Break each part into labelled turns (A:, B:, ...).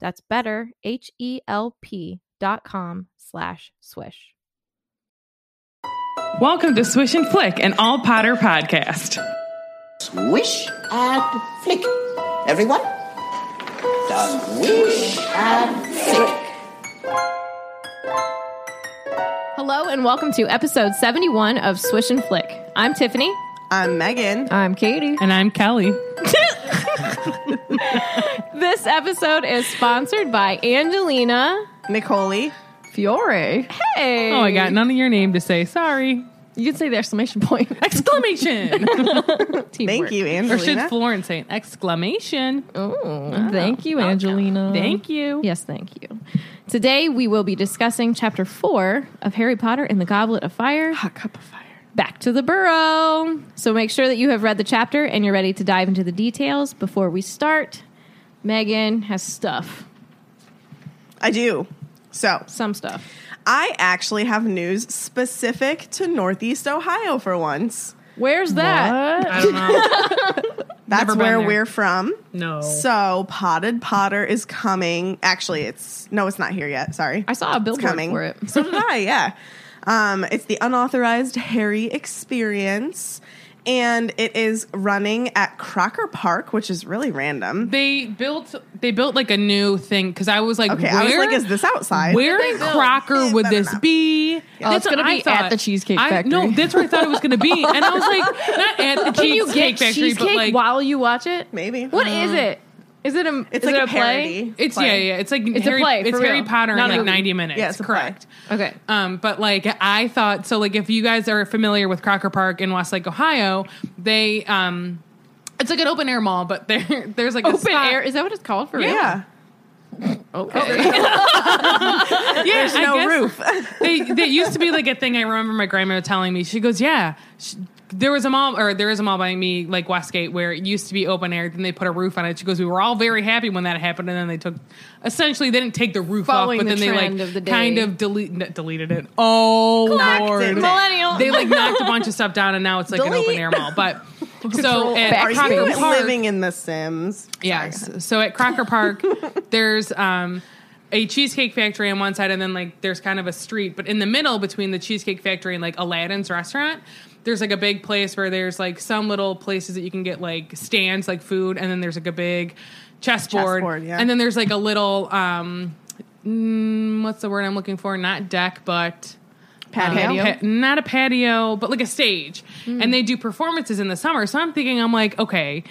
A: That's better, H-E-L-P dot com slash swish.
B: Welcome to Swish and Flick, an all Potter podcast.
C: Swish and flick. Everyone? Swish and flick.
A: Hello and welcome to episode 71 of Swish and Flick. I'm Tiffany.
D: I'm Uh, Megan.
A: I'm Katie.
B: And I'm Kelly.
A: This episode is sponsored by Angelina
D: Nicole.
A: Fiore. Hey.
B: Oh, I got none of your name to say. Sorry.
A: You can say the exclamation point.
B: Exclamation!
A: Teamwork.
D: Thank you,
B: or should
D: Angelina.
B: Florence say an exclamation?
A: Oh. Ooh, Mm. thank you, Angelina.
B: Thank you.
A: Yes, thank you. Today we will be discussing chapter four of Harry Potter and the Goblet of Fire.
B: A cup of fire.
A: Back to the burrow. So make sure that you have read the chapter and you're ready to dive into the details before we start. Megan has stuff,
D: I do. So,
A: some stuff.
D: I actually have news specific to Northeast Ohio for once.
A: Where's that?
B: I don't know.
D: That's
B: Never been
D: where
B: there.
D: we're from.
B: No.
D: So, Potted Potter is coming. Actually, it's no, it's not here yet. Sorry.
A: I saw a billboard
D: coming.
A: for it.
D: So did I, yeah. Um, it's the unauthorized Harry experience, and it is running at Crocker Park, which is really random.
B: They built they built like a new thing because I was like,
D: Okay,
B: where,
D: I was like, is this outside?
B: where in Crocker would
D: Better
B: this
D: not.
B: be?
A: Oh, it's gonna
B: what I
A: be at
B: thought.
A: the Cheesecake
B: I- no,
A: Factory.
B: that's where I thought it was gonna be, and I was like, not at the
A: Can you
B: Cheesecake
A: get
B: Factory,
A: cheesecake
B: but like
A: while you watch it?
D: Maybe. Mm-hmm.
A: What is it? Is it a? is
D: It's like
A: it
D: a,
A: a
D: parody.
B: It's
D: play.
B: yeah, yeah. It's like
A: It's a
B: Harry,
A: play,
B: It's
A: for
B: Harry
A: real.
B: Potter
A: Not
B: in
A: a
B: like
A: movie.
B: ninety minutes.
D: Yeah, it's a play.
B: correct.
A: play? Okay.
B: Um, but like I thought, so like if you guys are familiar with Crocker Park in Westlake, Ohio, they um, it's like an open air mall, but there there's like a
A: Open
B: spot-
A: air. Is that what it's called for real? Oh,
D: Yeah.
A: Okay.
B: Yeah, there's
D: no roof.
B: they they used to be like a thing. I remember my grandmother telling me. She goes, yeah. She, there was a mall, or there is a mall by me, like Westgate, where it used to be open air. Then they put a roof on it. She goes, "We were all very happy when that happened." And then they took, essentially, they didn't take the roof
A: Following
B: off,
A: the
B: but then they
A: trend
B: like
A: of the day.
B: kind of delete, n- deleted it. Oh
D: Knocked it
B: lord,
D: down.
A: Millennial.
B: They like knocked a bunch of stuff down, and now it's like an open
D: Delete.
B: air mall. But so
A: Control
B: at
D: Are
A: Crocker
D: you
B: Crocker Park,
D: living in The Sims?
B: Yes. So at Crocker Park, there's um, a cheesecake factory on one side, and then like there's kind of a street, but in the middle between the cheesecake factory and like Aladdin's restaurant, there's like a big place where there's like some little places that you can get like stands like food, and then there's like a big chessboard,
D: Chessboard, yeah.
B: and then there's like a little um, mm, what's the word I'm looking for? Not deck, but
D: Patio.
B: pa- not a patio, but like a stage.
A: Hmm.
B: And they do performances in the summer. So I'm thinking, I'm like, okay,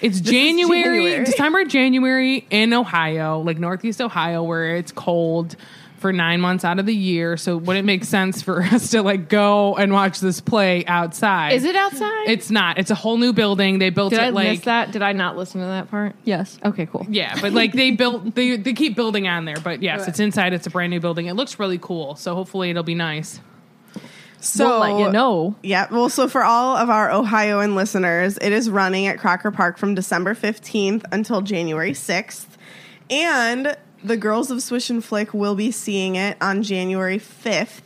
B: it's January,
D: January.
B: December, January in Ohio, like Northeast Ohio, where it's cold for nine months out of the year. So wouldn't it make sense for us to like go and watch this play outside?
A: Is it outside?
B: It's not. It's a whole new building. They built
A: Did
B: it
A: I
B: like
A: miss that? Did I not listen to that part? Yes. Okay. Cool.
B: yeah, but like they built, they they keep building on there. But yes, it's inside. It's a brand new building. It looks really cool. So hopefully it'll be nice.
D: So
A: know.
D: Yeah, well, so for all of our Ohioan listeners, it is running at Crocker Park from December 15th until January 6th. And the girls of Swish and Flick will be seeing it on January 5th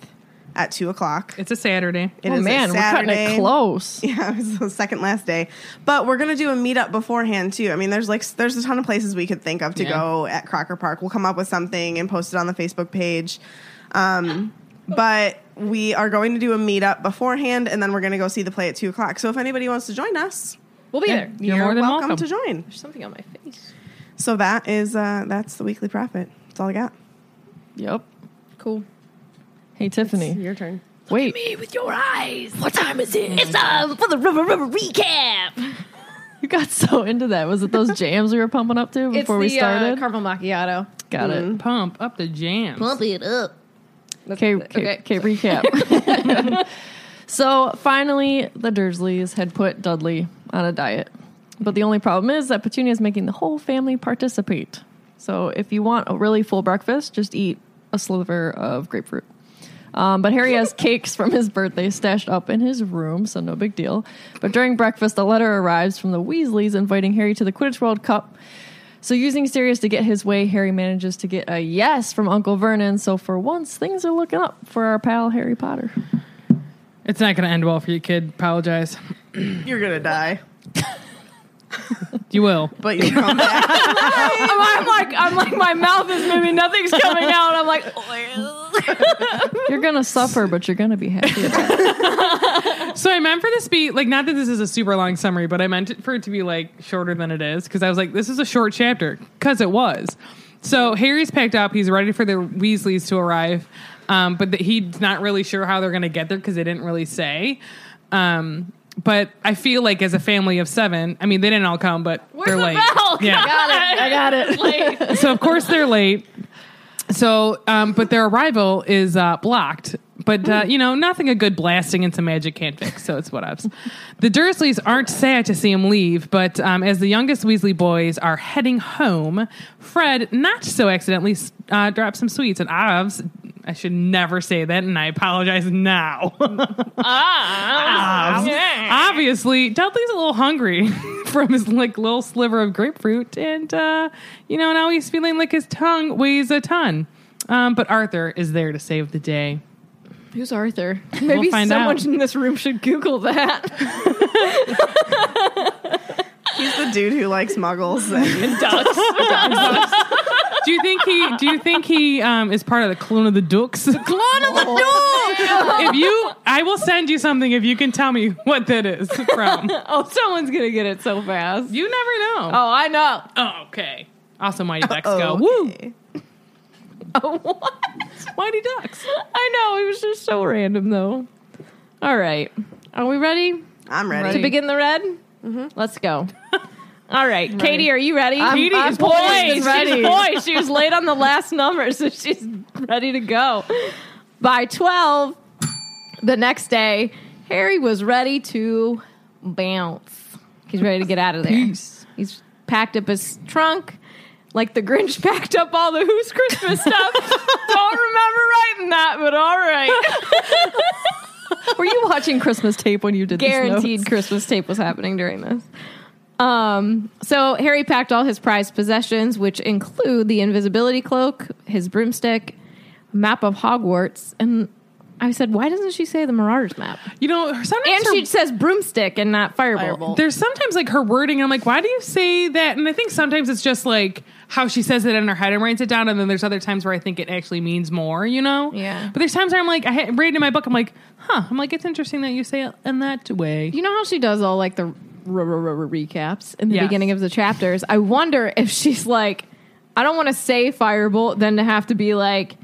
D: at 2 o'clock.
B: It's a Saturday.
D: It is a Saturday.
A: close.
D: Yeah, it's the second last day. But we're gonna do a meetup beforehand too. I mean, there's like there's a ton of places we could think of to
B: Yeah.
D: go at Crocker Park. We'll come up with something and post it on the Facebook page. Um, but we are going to do a meetup beforehand, and then we're gonna go see the play at two o'clock. So if anybody wants to join us,
A: We'll be
B: Yeah.
A: there.
B: You're
D: you're,
B: more than
D: welcome,
B: welcome.
D: to join.
A: There's something on my face.
D: So that is uh, that's the weekly profit. That's all I got.
E: Yep.
A: Cool.
E: Hey, Tiffany.
F: Your turn.
E: Wait.
A: with your eyes. What time is it? It's time for the rubber rubber recap.
E: You got so into that. Was it those jams we were pumping up to before we
A: it's the uh, Mm-hmm.
E: started?
A: caramel macchiato.
E: got it.
B: Pump up the jam.
A: it up.
E: Okay, okay. okay recap. so finally, the Dursleys had put Dudley on a diet. But the only problem is that Petunia is making the whole family participate. So if you want a really full breakfast, just eat a sliver of grapefruit. Um, but Harry has cakes from his birthday stashed up in his room, so no big deal. But during breakfast, a letter arrives from the Weasleys inviting Harry to the Quidditch World Cup. So, using Sirius to get his way, Harry manages to get a yes from Uncle Vernon. So, for once, things are looking up for our pal Harry Potter.
B: It's not going to end well for you, kid. Apologize.
D: You're gonna die,
B: You will.
D: but you come back.
E: I'm like, I'm like, my mouth is moving. Nothing's coming out. I'm like, you're gonna suffer, but you're gonna be happy. About it.
B: So I meant for this to be like not that this is a super long summary, but I meant it for it to be like shorter than it is because I was like, this is a short chapter because it was. So Harry's packed up; he's ready for the Weasleys to arrive, um, but that he's not really sure how they're going to get there because they didn't really say. Um, but I feel like as a family of seven, I mean, they didn't all come, but they're late. Yeah.
E: I got it.
B: so of course they're late. So, um, but their arrival is uh, blocked. But uh, you know, nothing a good blasting and some magic can't fix. So it's what ups. the Dursleys aren't sad to see him leave, but um, as the youngest Weasley boys are heading home, Fred, not so accidentally, s- uh, drops some sweets and Ovs. I should never say that, and I apologize now. Ah, Ovs. Obviously, Dudley's a little hungry from his like little sliver of grapefruit, and uh, you know now he's feeling like his tongue weighs a ton. Um, but Arthur is there to save the day.
A: Who's Arthur? Maybe
B: find
A: someone
B: out.
A: in this room should Google that.
D: He's the dude who likes muggles. And
B: Do you think he? Do you think he um, is part of the clone of the Dukes? Clone of the Dukes. if you, I will send you something if you can tell me what that is from.
A: oh, someone's gonna get it so fast.
B: You never know.
A: Oh, I know.
B: Oh, okay. Also, Mighty Ducks go. Woo!
D: Okay.
A: Oh, what?
B: Mighty Ducks.
A: I know. It was just so random, though. All right. Are we ready
D: I'm ready.
A: to begin the red? Mm-hmm. Let's go. All right. Katie, are you ready? I'm,
B: Katie is
A: poised.
B: poised and
A: She's
E: ready.
A: poised. She was late on the last number, so she's ready to go. By 12, the next day, Harry was ready to bounce. He's ready to get out of there. He's packed up his trunk like the Grinch packed up all the Who's Christmas stuff. Don't remember writing that, but all right.
E: Were you watching Christmas tape when you did
A: Guaranteed
E: This
A: Christmas tape was happening during this. Um, so Harry packed all his prized possessions, which include the invisibility cloak, his broomstick, map of Hogwarts, and I said, why doesn't she say the Marauders map?
B: You know, sometimes
A: And
B: her-
A: she says broomstick and not firebolt.
B: there's sometimes like her wording and i'm like why do you say that and i think sometimes it's just like how she says it in her head and writes it down and then there's other times where i think it actually means more you know
A: Yeah.
B: but there's times where i'm like i had- read in my book i'm like huh i'm like it's interesting that you say it in that way
A: You know how she does all like the r- r- r- r- recaps in the
B: Yes.
A: beginning of the chapters? I wonder if she's like, I don't want to say firebolt, then to have to be like,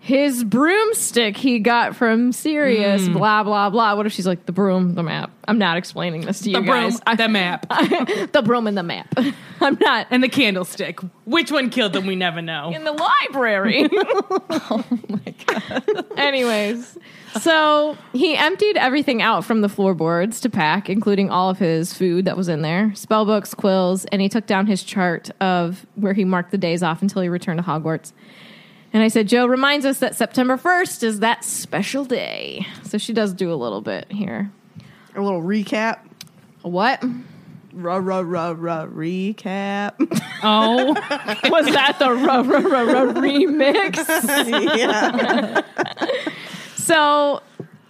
A: his broomstick he got from Sirius,
B: Mm.
A: blah, blah, blah. What if she's like, the broom, the map? I'm not explaining this to you
B: the broom
A: guys. I-
B: the map
A: the broom and the map. I'm not.
B: and the candlestick which one killed them we never know
A: in the library. oh my god. Anyways, so he emptied everything out from the floorboards to pack, including all of his food that was in there, spell books, quills, and he took down his chart of where he marked the days off until he returned to Hogwarts. And I said, Joe reminds us that September 1st is that special day. So she does do a little bit here.
D: A little recap.
A: What?
D: Ruh, ruh, ruh, ruh, recap.
B: oh
A: Was that the ru- ru- ru- ru- remix?
D: yeah.
A: So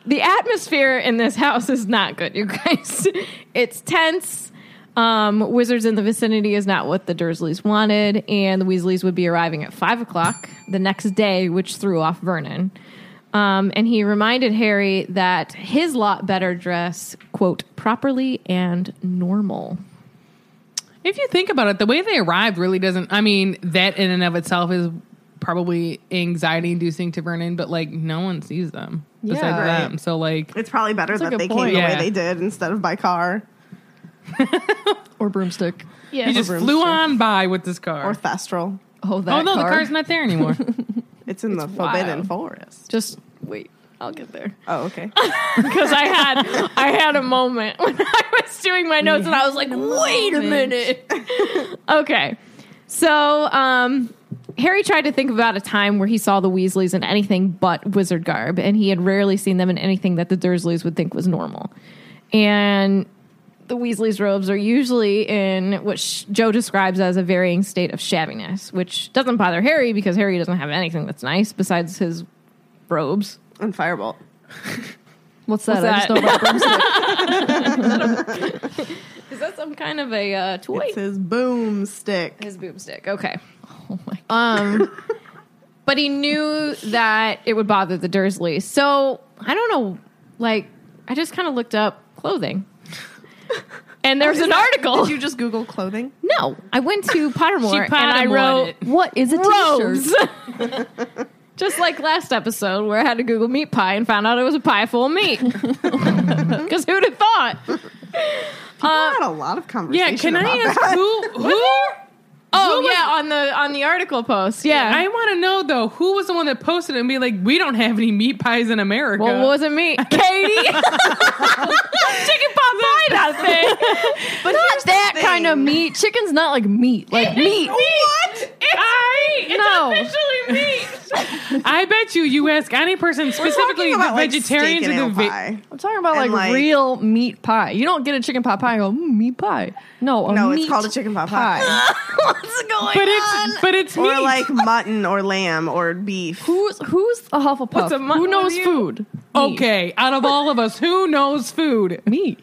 A: the atmosphere in this house is not good, you guys. it's tense. Um, Wizards in the vicinity is not what the Dursleys wanted, and the Weasleys would be arriving at five o'clock the next day, which threw off Vernon. Um, and he reminded Harry that his lot better dress, quote, properly and normal.
B: if you think about it the way they arrived really doesn't i mean that in and of itself is probably anxiety inducing to Vernon, but like no one sees them besides
E: Yeah. Right.
B: them. So like
D: It's probably better
E: That's
D: that
E: a good
D: they
E: point.
D: came the
B: Yeah.
D: way they did instead of by car
E: or broomstick.
A: Yeah.
B: he just
D: room's
B: flew
D: sick.
B: on by with this car.
D: or Thestral.
E: Oh, that
B: oh no,
E: car.
B: the car's not there anymore.
D: It's in the Forbidden
E: wild.
D: Forest.
E: Just wait. I'll get there.
D: Oh, okay.
A: because I had I had a moment when I was doing my notes and I was like, wait a minute. okay. So um Harry tried to think about a time where he saw the Weasleys in anything but wizard garb, and he had rarely seen them in anything that the Dursleys would think was normal. And the Weasleys' robes are usually in what Sh- Joe describes as a varying state of shabbiness, which doesn't bother Harry because Harry doesn't have anything that's nice besides his robes.
D: And Firebolt.
E: What's that?
A: What's
E: I just know about broomstick.
A: Is that some kind of a uh, toy?
D: It's his boomstick.
A: His boomstick. Okay.
E: oh my god.
A: Um, but he knew that it would bother the Dursleys. So I don't know. Like, I just kind of looked up clothing. And there's an article.
D: Did you just Google clothing?
A: no, I went to Pottermore and I
B: Pottermored
A: wrote
B: it.
E: What is a
A: robes.
E: t-shirt?
A: just like last episode where I had to Google meat pie and found out it was a pie full of meat. Because who'd have thought?
D: I had a lot of conversation.
B: yeah, can I
D: about
B: ask
D: that.
B: who who
A: Oh yeah, on the on the article post. Yeah,
B: I want to know though who was the one that posted it and be like, we don't have any meat pies in America.
A: Well, it wasn't me, Katie. Chicken pot pie, that thing. But not that
D: thing.
A: kind of meat.
E: Chicken's not like meat. Like meat.
B: What? I
A: No.
B: it's officially meat. I bet you, you ask any person specifically the
D: like,
B: vegetarians
D: steak and
B: or the ve-
D: ale pie.
E: I'm talking about like,
D: And, like-
E: real meat pie. You don't get a chicken pot pie and go mm, meat pie. No, a
D: No, it's
E: meat
D: called a chicken pot pie.
E: pie.
A: What's going
B: but it's but it's
D: Or
B: meat.
D: like mutton or lamb or beef.
E: Who's who's a Hufflepuff?
A: What's a mutton
E: Who knows
A: with you?
E: food? Me.
B: okay, out of all of us, who knows food?
E: me.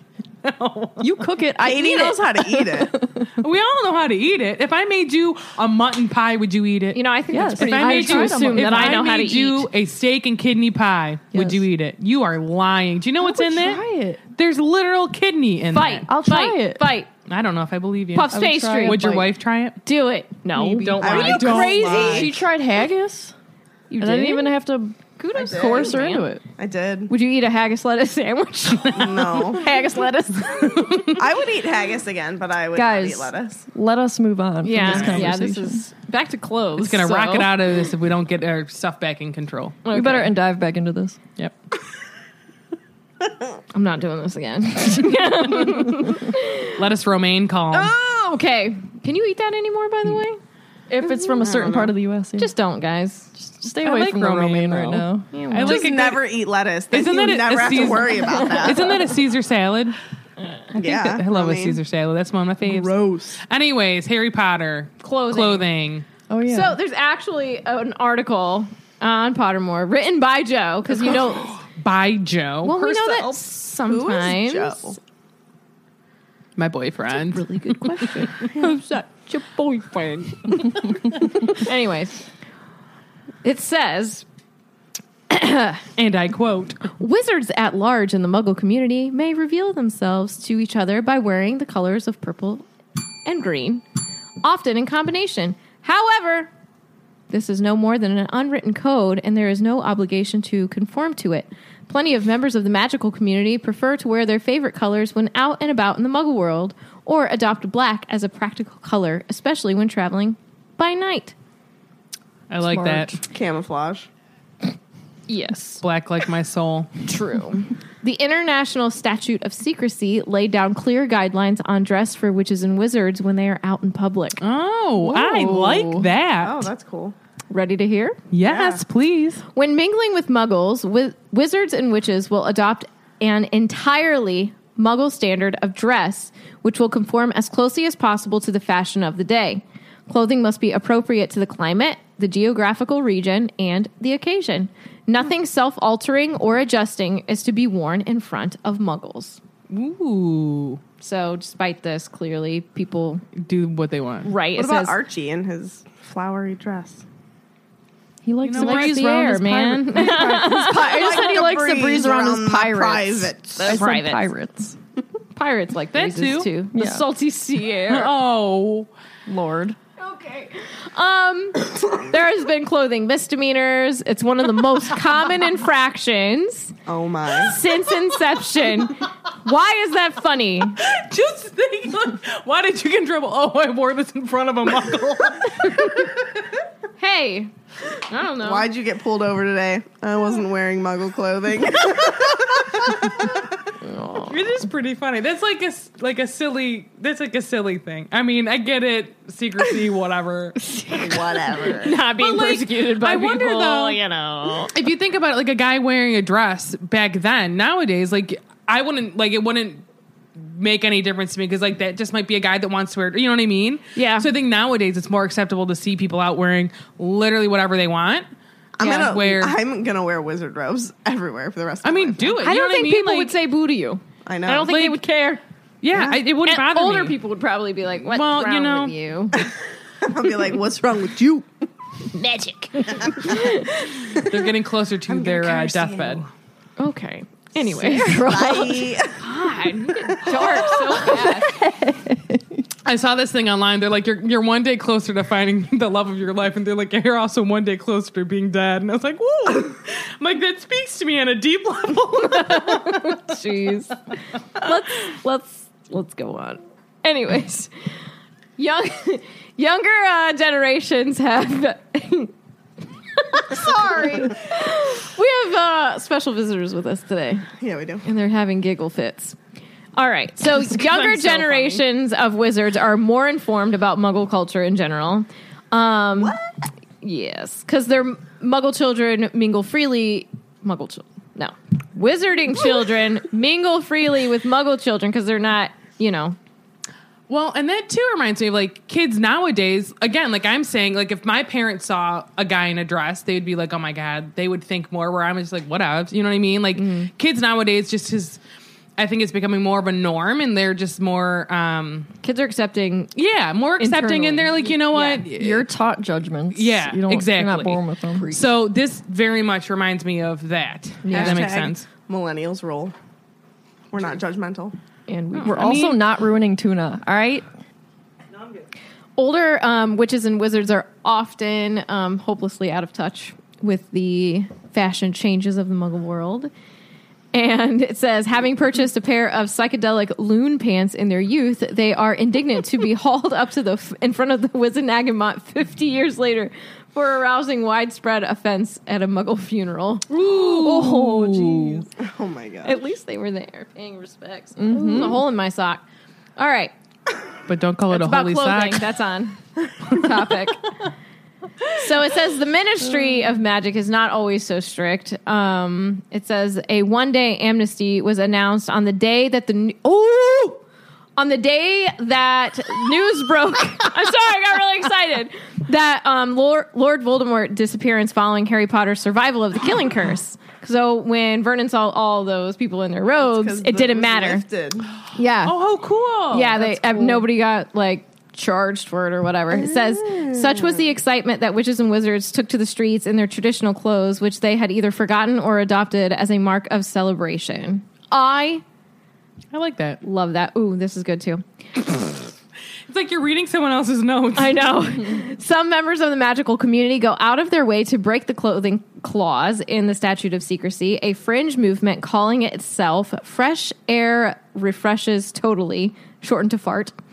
E: You cook it. I
D: Katie
E: eat
D: knows
E: it.
D: how to eat it.
B: We all know how to eat it. If I made you a mutton pie, would you eat it?
A: You know, I think
E: Yes.
A: that's pretty
E: If I
A: hard
E: made
A: to
E: you-
A: assume
B: if
A: that I know how to
B: made
A: eat.
B: you a steak and kidney pie, would
E: Yes.
B: you eat it? You are lying. Do you know what's
E: would
B: in there?
E: try it.
B: There's literal kidney in
A: Fight.
B: there.
E: I'll try
A: fight,
E: it.
A: Fight.
B: I don't know if I believe you.
A: Puff's
E: would try
A: pastry.
E: it.
B: Would your
E: Like-
B: wife try it?
A: do it? No.
B: Maybe.
A: Don't
D: I
A: worry.
D: would
A: You
D: don't
A: crazy?
D: lie.
E: She tried haggis.
A: You
E: And I didn't even have to
A: Kudos.
E: coerce her into it.
D: I did.
A: Would you eat a haggis lettuce sandwich?
D: No.
A: haggis lettuce.
D: I would eat haggis again, but I would
E: Guys.
D: not eat lettuce.
E: Let us move on.
A: yeah.
E: From this
A: yeah.
E: conversation.
A: This is back to clothes.
B: It's gonna rock
A: so-
B: it out of this if we don't get our stuff back in control.
E: We
A: Okay.
E: better and dive back into this.
B: Yep.
A: I'm not doing this again.
B: Let us romaine calm.
A: oh, okay. Can you eat that anymore? By the way,
E: If it's from a certain part of the U.S., yeah.
A: just don't, guys.
E: just stay
B: I
E: away
B: like
E: from the
B: romaine,
E: romaine right
B: though.
E: now.
A: Yeah,
B: I
A: well.
B: like
D: Just
B: a good-
D: never eat lettuce. Then
B: Isn't
D: you
B: that a-
D: never
B: a
D: have to
B: season-
D: worry about that.
B: Isn't that a Caesar salad?
D: yeah.
B: I love
D: a
B: a Caesar salad. That's one of my faves.
E: Gross.
B: Anyways, Harry Potter
A: Clothing.
B: clothing.
E: Oh yeah.
A: So there's actually an article on Pottermore written by Joe because you know
B: by Joe,
A: well we know that
D: herself. Who
A: sometimes
D: is Joe?
B: my boyfriend.
E: really good question.
A: who's that? your boyfriend. Anyways, it says
B: and I quote,
A: wizards at large in the Muggle community may reveal themselves to each other by wearing the colors of purple and green, often in combination. However, This is no more than an unwritten code, and there is no obligation to conform to it. Plenty of members of the magical community prefer to wear their favorite colors when out and about in the muggle world, or adopt black as a practical color, especially when traveling by night.
B: I like
E: Smart.
B: that.
D: Camouflage.
A: Yes.
B: Black like my soul.
A: True. the International Statute of Secrecy laid down clear guidelines on dress for witches and wizards when they are out in public.
B: Oh, I like that.
D: Oh, that's cool.
A: Ready to hear?
B: yes, please.
A: When mingling with muggles, wi- wizards and witches will adopt an entirely muggle standard of dress, which will conform as closely as possible to the fashion of the day. Clothing must be appropriate to the climate, the geographical region, and the occasion. Nothing self altering or adjusting is to be worn in front of muggles.
B: Ooh,
A: So, despite this, clearly people
B: do what they want.
A: write
D: What
A: it
D: about
A: says
D: Archie in his flowery dress?
E: He likes
B: know
E: to
B: what?
E: breeze
A: breeze the
E: around
A: air,
E: his
A: man.
E: pirate- I just said he likes to breeze around his pirates.
D: Private.
E: I said
A: Pirates.
E: pirates.
A: Pirates like
B: That
A: breezes
B: too.
A: too. The
E: Yeah.
A: salty sea air.
B: Oh,
E: Lord.
A: okay. Um, there has been clothing misdemeanors. It's one of the most common infractions
D: Oh my.
A: since inception. Why is that funny?
B: Just think, like, why did you get in trouble? Oh, I wore this in front of a muggle.
A: Hey, I don't know.
D: Why'd you get pulled over today? I wasn't wearing muggle clothing.
B: it is pretty funny. That's like a s- like a silly. That's like a silly thing. I mean, I get it, secrecy, whatever.
D: Whatever.
A: Not being
B: like,
A: persecuted by
B: I wonder,
A: people,
B: though-
A: you know.
B: if you think about it, like a guy wearing a dress back then, nowadays, like I wouldn't like it wouldn't make any difference to me because like that just might be a guy that wants to wear. You know what I mean?
A: Yeah.
B: So I think nowadays it's more acceptable to see people out wearing literally whatever they want.
D: I'm
A: Yeah.
D: gonna
B: Where-
D: wear I'm gonna wear wizard robes everywhere for the rest of
B: I
D: my
B: mean,
D: life.
B: do it.
A: I
B: you know
A: don't
B: what
A: think
B: I mean?
A: people
B: Like,
A: would say boo to you.
D: I know.
A: I don't think they
B: Like-
A: would care.
B: yeah, I, it wouldn't
A: And
B: bother
A: older
B: me.
A: people would probably be like, "What's
B: Well, you
A: wrong
B: know-
A: with you?"
D: I'll be like, what's wrong with you?
A: Magic.
B: They're getting closer to their uh, deathbed.
A: Okay. Anyway,
D: Bye.
A: dark so fast.
B: I saw this thing online. They're like, you're you're one day closer to finding the love of your life, and they're like, you're also one day closer to being dead. And I was like, whoa, I'm like that speaks to me on a deep level.
E: Jeez.
A: Let's let's let's go on. Anyways, young younger uh, generations have. Sorry, we have uh, special visitors with us today.
D: yeah, we do.
A: and they're having giggle fits. All right. So younger
B: so
A: generations of wizards are more informed about Muggle culture in general. Um, Yes, because their Muggle children mingle freely. Muggle children. No, wizarding children mingle freely with Muggle children because they're not, you know.
B: Well, and that too reminds me of like kids nowadays. Again, like I'm saying, like if my parents saw a guy in a dress, they would be like, "Oh my god!" They would think more. Where I'm just like, "What up?" You know what I mean? Like kids nowadays, just because I think it's becoming more of a norm, and they're just more, um
A: Kids are accepting.
B: yeah, more accepting. And
A: Internally.
B: they're like, you know what?
E: You're taught judgments.
B: Yeah,
E: you don't, You're
B: exactly.
E: not born with them.
B: So this very much reminds me of that. If that makes
D: Hashtag
B: sense.
D: Millennials roll. We're not judgmental.
A: And we,
E: We're also not ruining tuna. All right.
A: older um, witches and wizards are often um, hopelessly out of touch with the fashion changes of the muggle world. And it says, having purchased a pair of psychedelic loon pants in their youth, they are indignant to be hauled up to the f- in front of the Wizenagamot 50 years later for arousing widespread offense at a muggle funeral. Oh, jeez.
D: Oh my god.
A: At least they were there paying respects. There's Mm-hmm. a hole in my sock. All right.
B: But don't call it
A: It's
B: a
A: about
B: holy
A: clothing.
B: sock.
A: That's on topic. So it says the ministry of magic is not always so strict. Um, it says a one day amnesty was announced on the day that the n- oh on the day that news broke. I'm sorry, I got really excited that um, Lord, Lord Voldemort disappearance following Harry Potter's survival of the Killing Curse. So when Vernon saw all those people in their robes,
D: 'Cause
A: it
D: the-
A: didn't
D: was
A: matter.
D: lifted.
A: Yeah.
B: Oh, cool.
A: Yeah, they uh, nobody got like charged for it or whatever. It says such was
B: Ah.
A: the excitement that witches and wizards took to the streets in their traditional clothes, which they had either forgotten or adopted as a mark of celebration. I
B: I like that.
A: love that. Ooh, this is good too.
B: It's like you're reading someone else's notes.
A: I know. Some members of the magical community go out of their way to break the clothing clause in the Statute of Secrecy, a fringe movement calling itself Fresh Air Refreshes Totally, shortened to FART.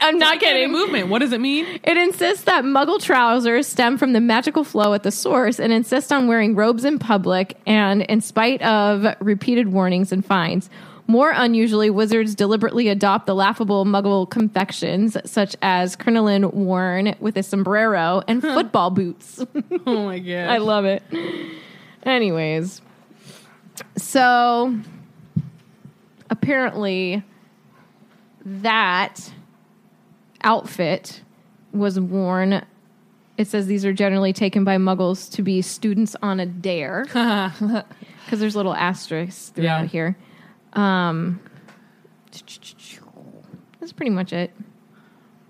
A: I'm not
B: Get a
A: kidding.
B: movement. What does it mean?
A: It insists that muggle trousers stem from the magical flow at the source and insists on wearing robes in public and in spite of repeated warnings and fines. More unusually, wizards deliberately adopt the laughable muggle confections such as crinoline worn with a sombrero and football boots.
B: Oh my god.
A: I love it. Anyways, so apparently that outfit was worn. It says these are generally taken by muggles to be students on a dare because there's little asterisks throughout
B: Yeah.
A: here. Um, that's pretty much it.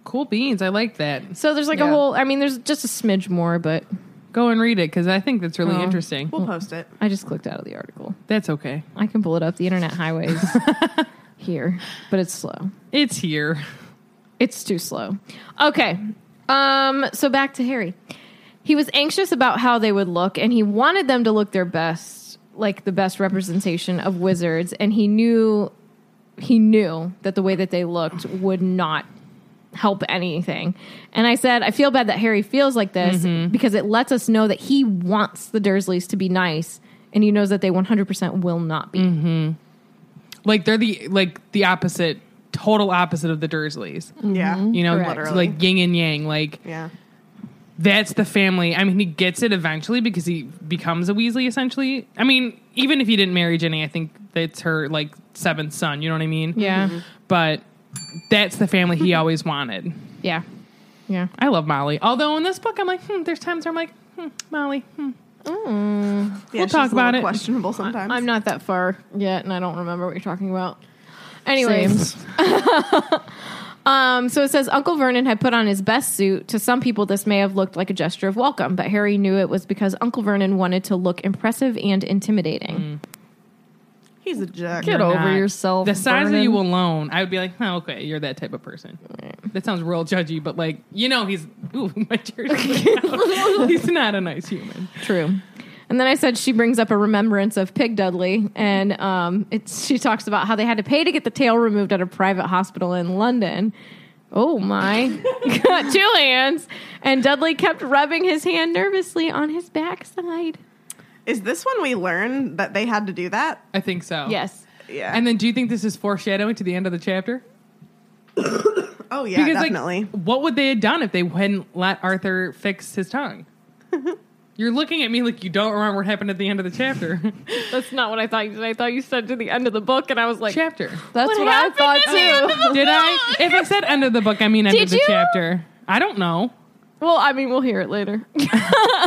B: Cool beans. I like that.
A: So there's like a
E: Yeah.
A: whole, I mean, there's just a smidge more, but
B: Go and read it because I think that's really interesting.
D: We'll post it.
A: I just clicked out of the article.
B: That's okay.
A: I can pull it up. The internet highways here, but it's slow.
B: It's here.
A: It's too slow. Okay. Um, so back to Harry. He was anxious about how they would look, and he wanted them to look their best, like the best representation of wizards, and he knew he knew that the way that they looked would not help anything. And I said, I feel bad that Harry feels like this because it lets us know that he wants the Dursleys to be nice and he knows that they 100% will not be.
B: Like they're the like the opposite, total opposite of the Dursleys.
D: Yeah.
B: You know,
A: Correct.
B: it's like yin and yang. Like
D: Yeah.
B: that's the family. I mean, he gets it eventually because he becomes a Weasley essentially. I mean, even if he didn't marry Ginny, I think that's her like seventh son. You know what I mean?
A: Yeah.
B: But that's the family he always wanted.
A: Yeah. Yeah.
B: I love Molly. Although in this book, I'm like, hmm, there's times where I'm like, hmm, Molly. hmm.
D: Yeah,
B: We'll
D: she's
B: talk
D: a little
B: about it.
D: Questionable sometimes.
A: I'm not that far yet, and I don't remember what you're talking about. Anyways, um, so it says Uncle Vernon had put on his best suit. To some people, this may have looked like a gesture of welcome, but Harry knew it was because Uncle Vernon wanted to look impressive and intimidating.
D: He's a jerk.
E: Get over
B: Not-
E: yourself.
B: The size
E: Vernon.
B: of you alone, I would be like, oh, okay, you're that type of person. That sounds real judgy, but like, you know, he's ooh, my jersey. went out. he's not a nice human.
A: True. And then I said she brings up a remembrance of Pig Dudley, and um, it's, she talks about how they had to pay to get the tail removed at a private hospital in London. Oh my, got two hands. And Dudley kept rubbing his hand nervously on his backside.
D: Is this when we learn that they had to do that?
B: I think so.
A: Yes.
D: Yeah.
B: And then, do you think this is foreshadowing to the end of the chapter?
D: oh yeah, definitely.
B: like, what would they have done if they hadn't let Arthur fix his tongue? You're looking at me like you don't remember what happened at the end of the chapter.
A: That's not what I thought you did. I thought you said to the end of the book, and I was like,
B: chapter.
E: That's
A: What
E: what,
A: happened
E: I
A: at the end
E: thought
A: of
E: too.
A: the
B: Did I? If I said end of the book, I mean end
A: Did
B: of the
A: you?
B: chapter. I don't know.
A: well, I mean, we'll hear it later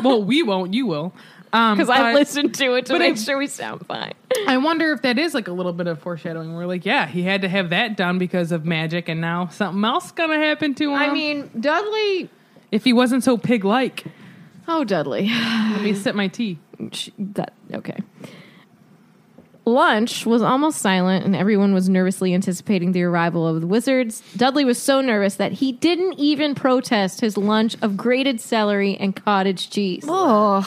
B: Well, we won't. You will. Because
A: because I listened to it to
B: but I-
A: make sure we sound fine.
B: I wonder if that is like a little bit of foreshadowing. We're like, yeah, he had to have that done because of magic, and now something else gonna happen to him.
A: I mean, Dudley.
B: if he wasn't so pig like,
A: Oh, Dudley.
B: let me sip my tea.
A: Sh- that okay. Lunch was almost silent, and everyone was nervously anticipating the arrival of the wizards. Dudley was so nervous that he didn't even protest his lunch of grated celery and cottage cheese.
E: Oh,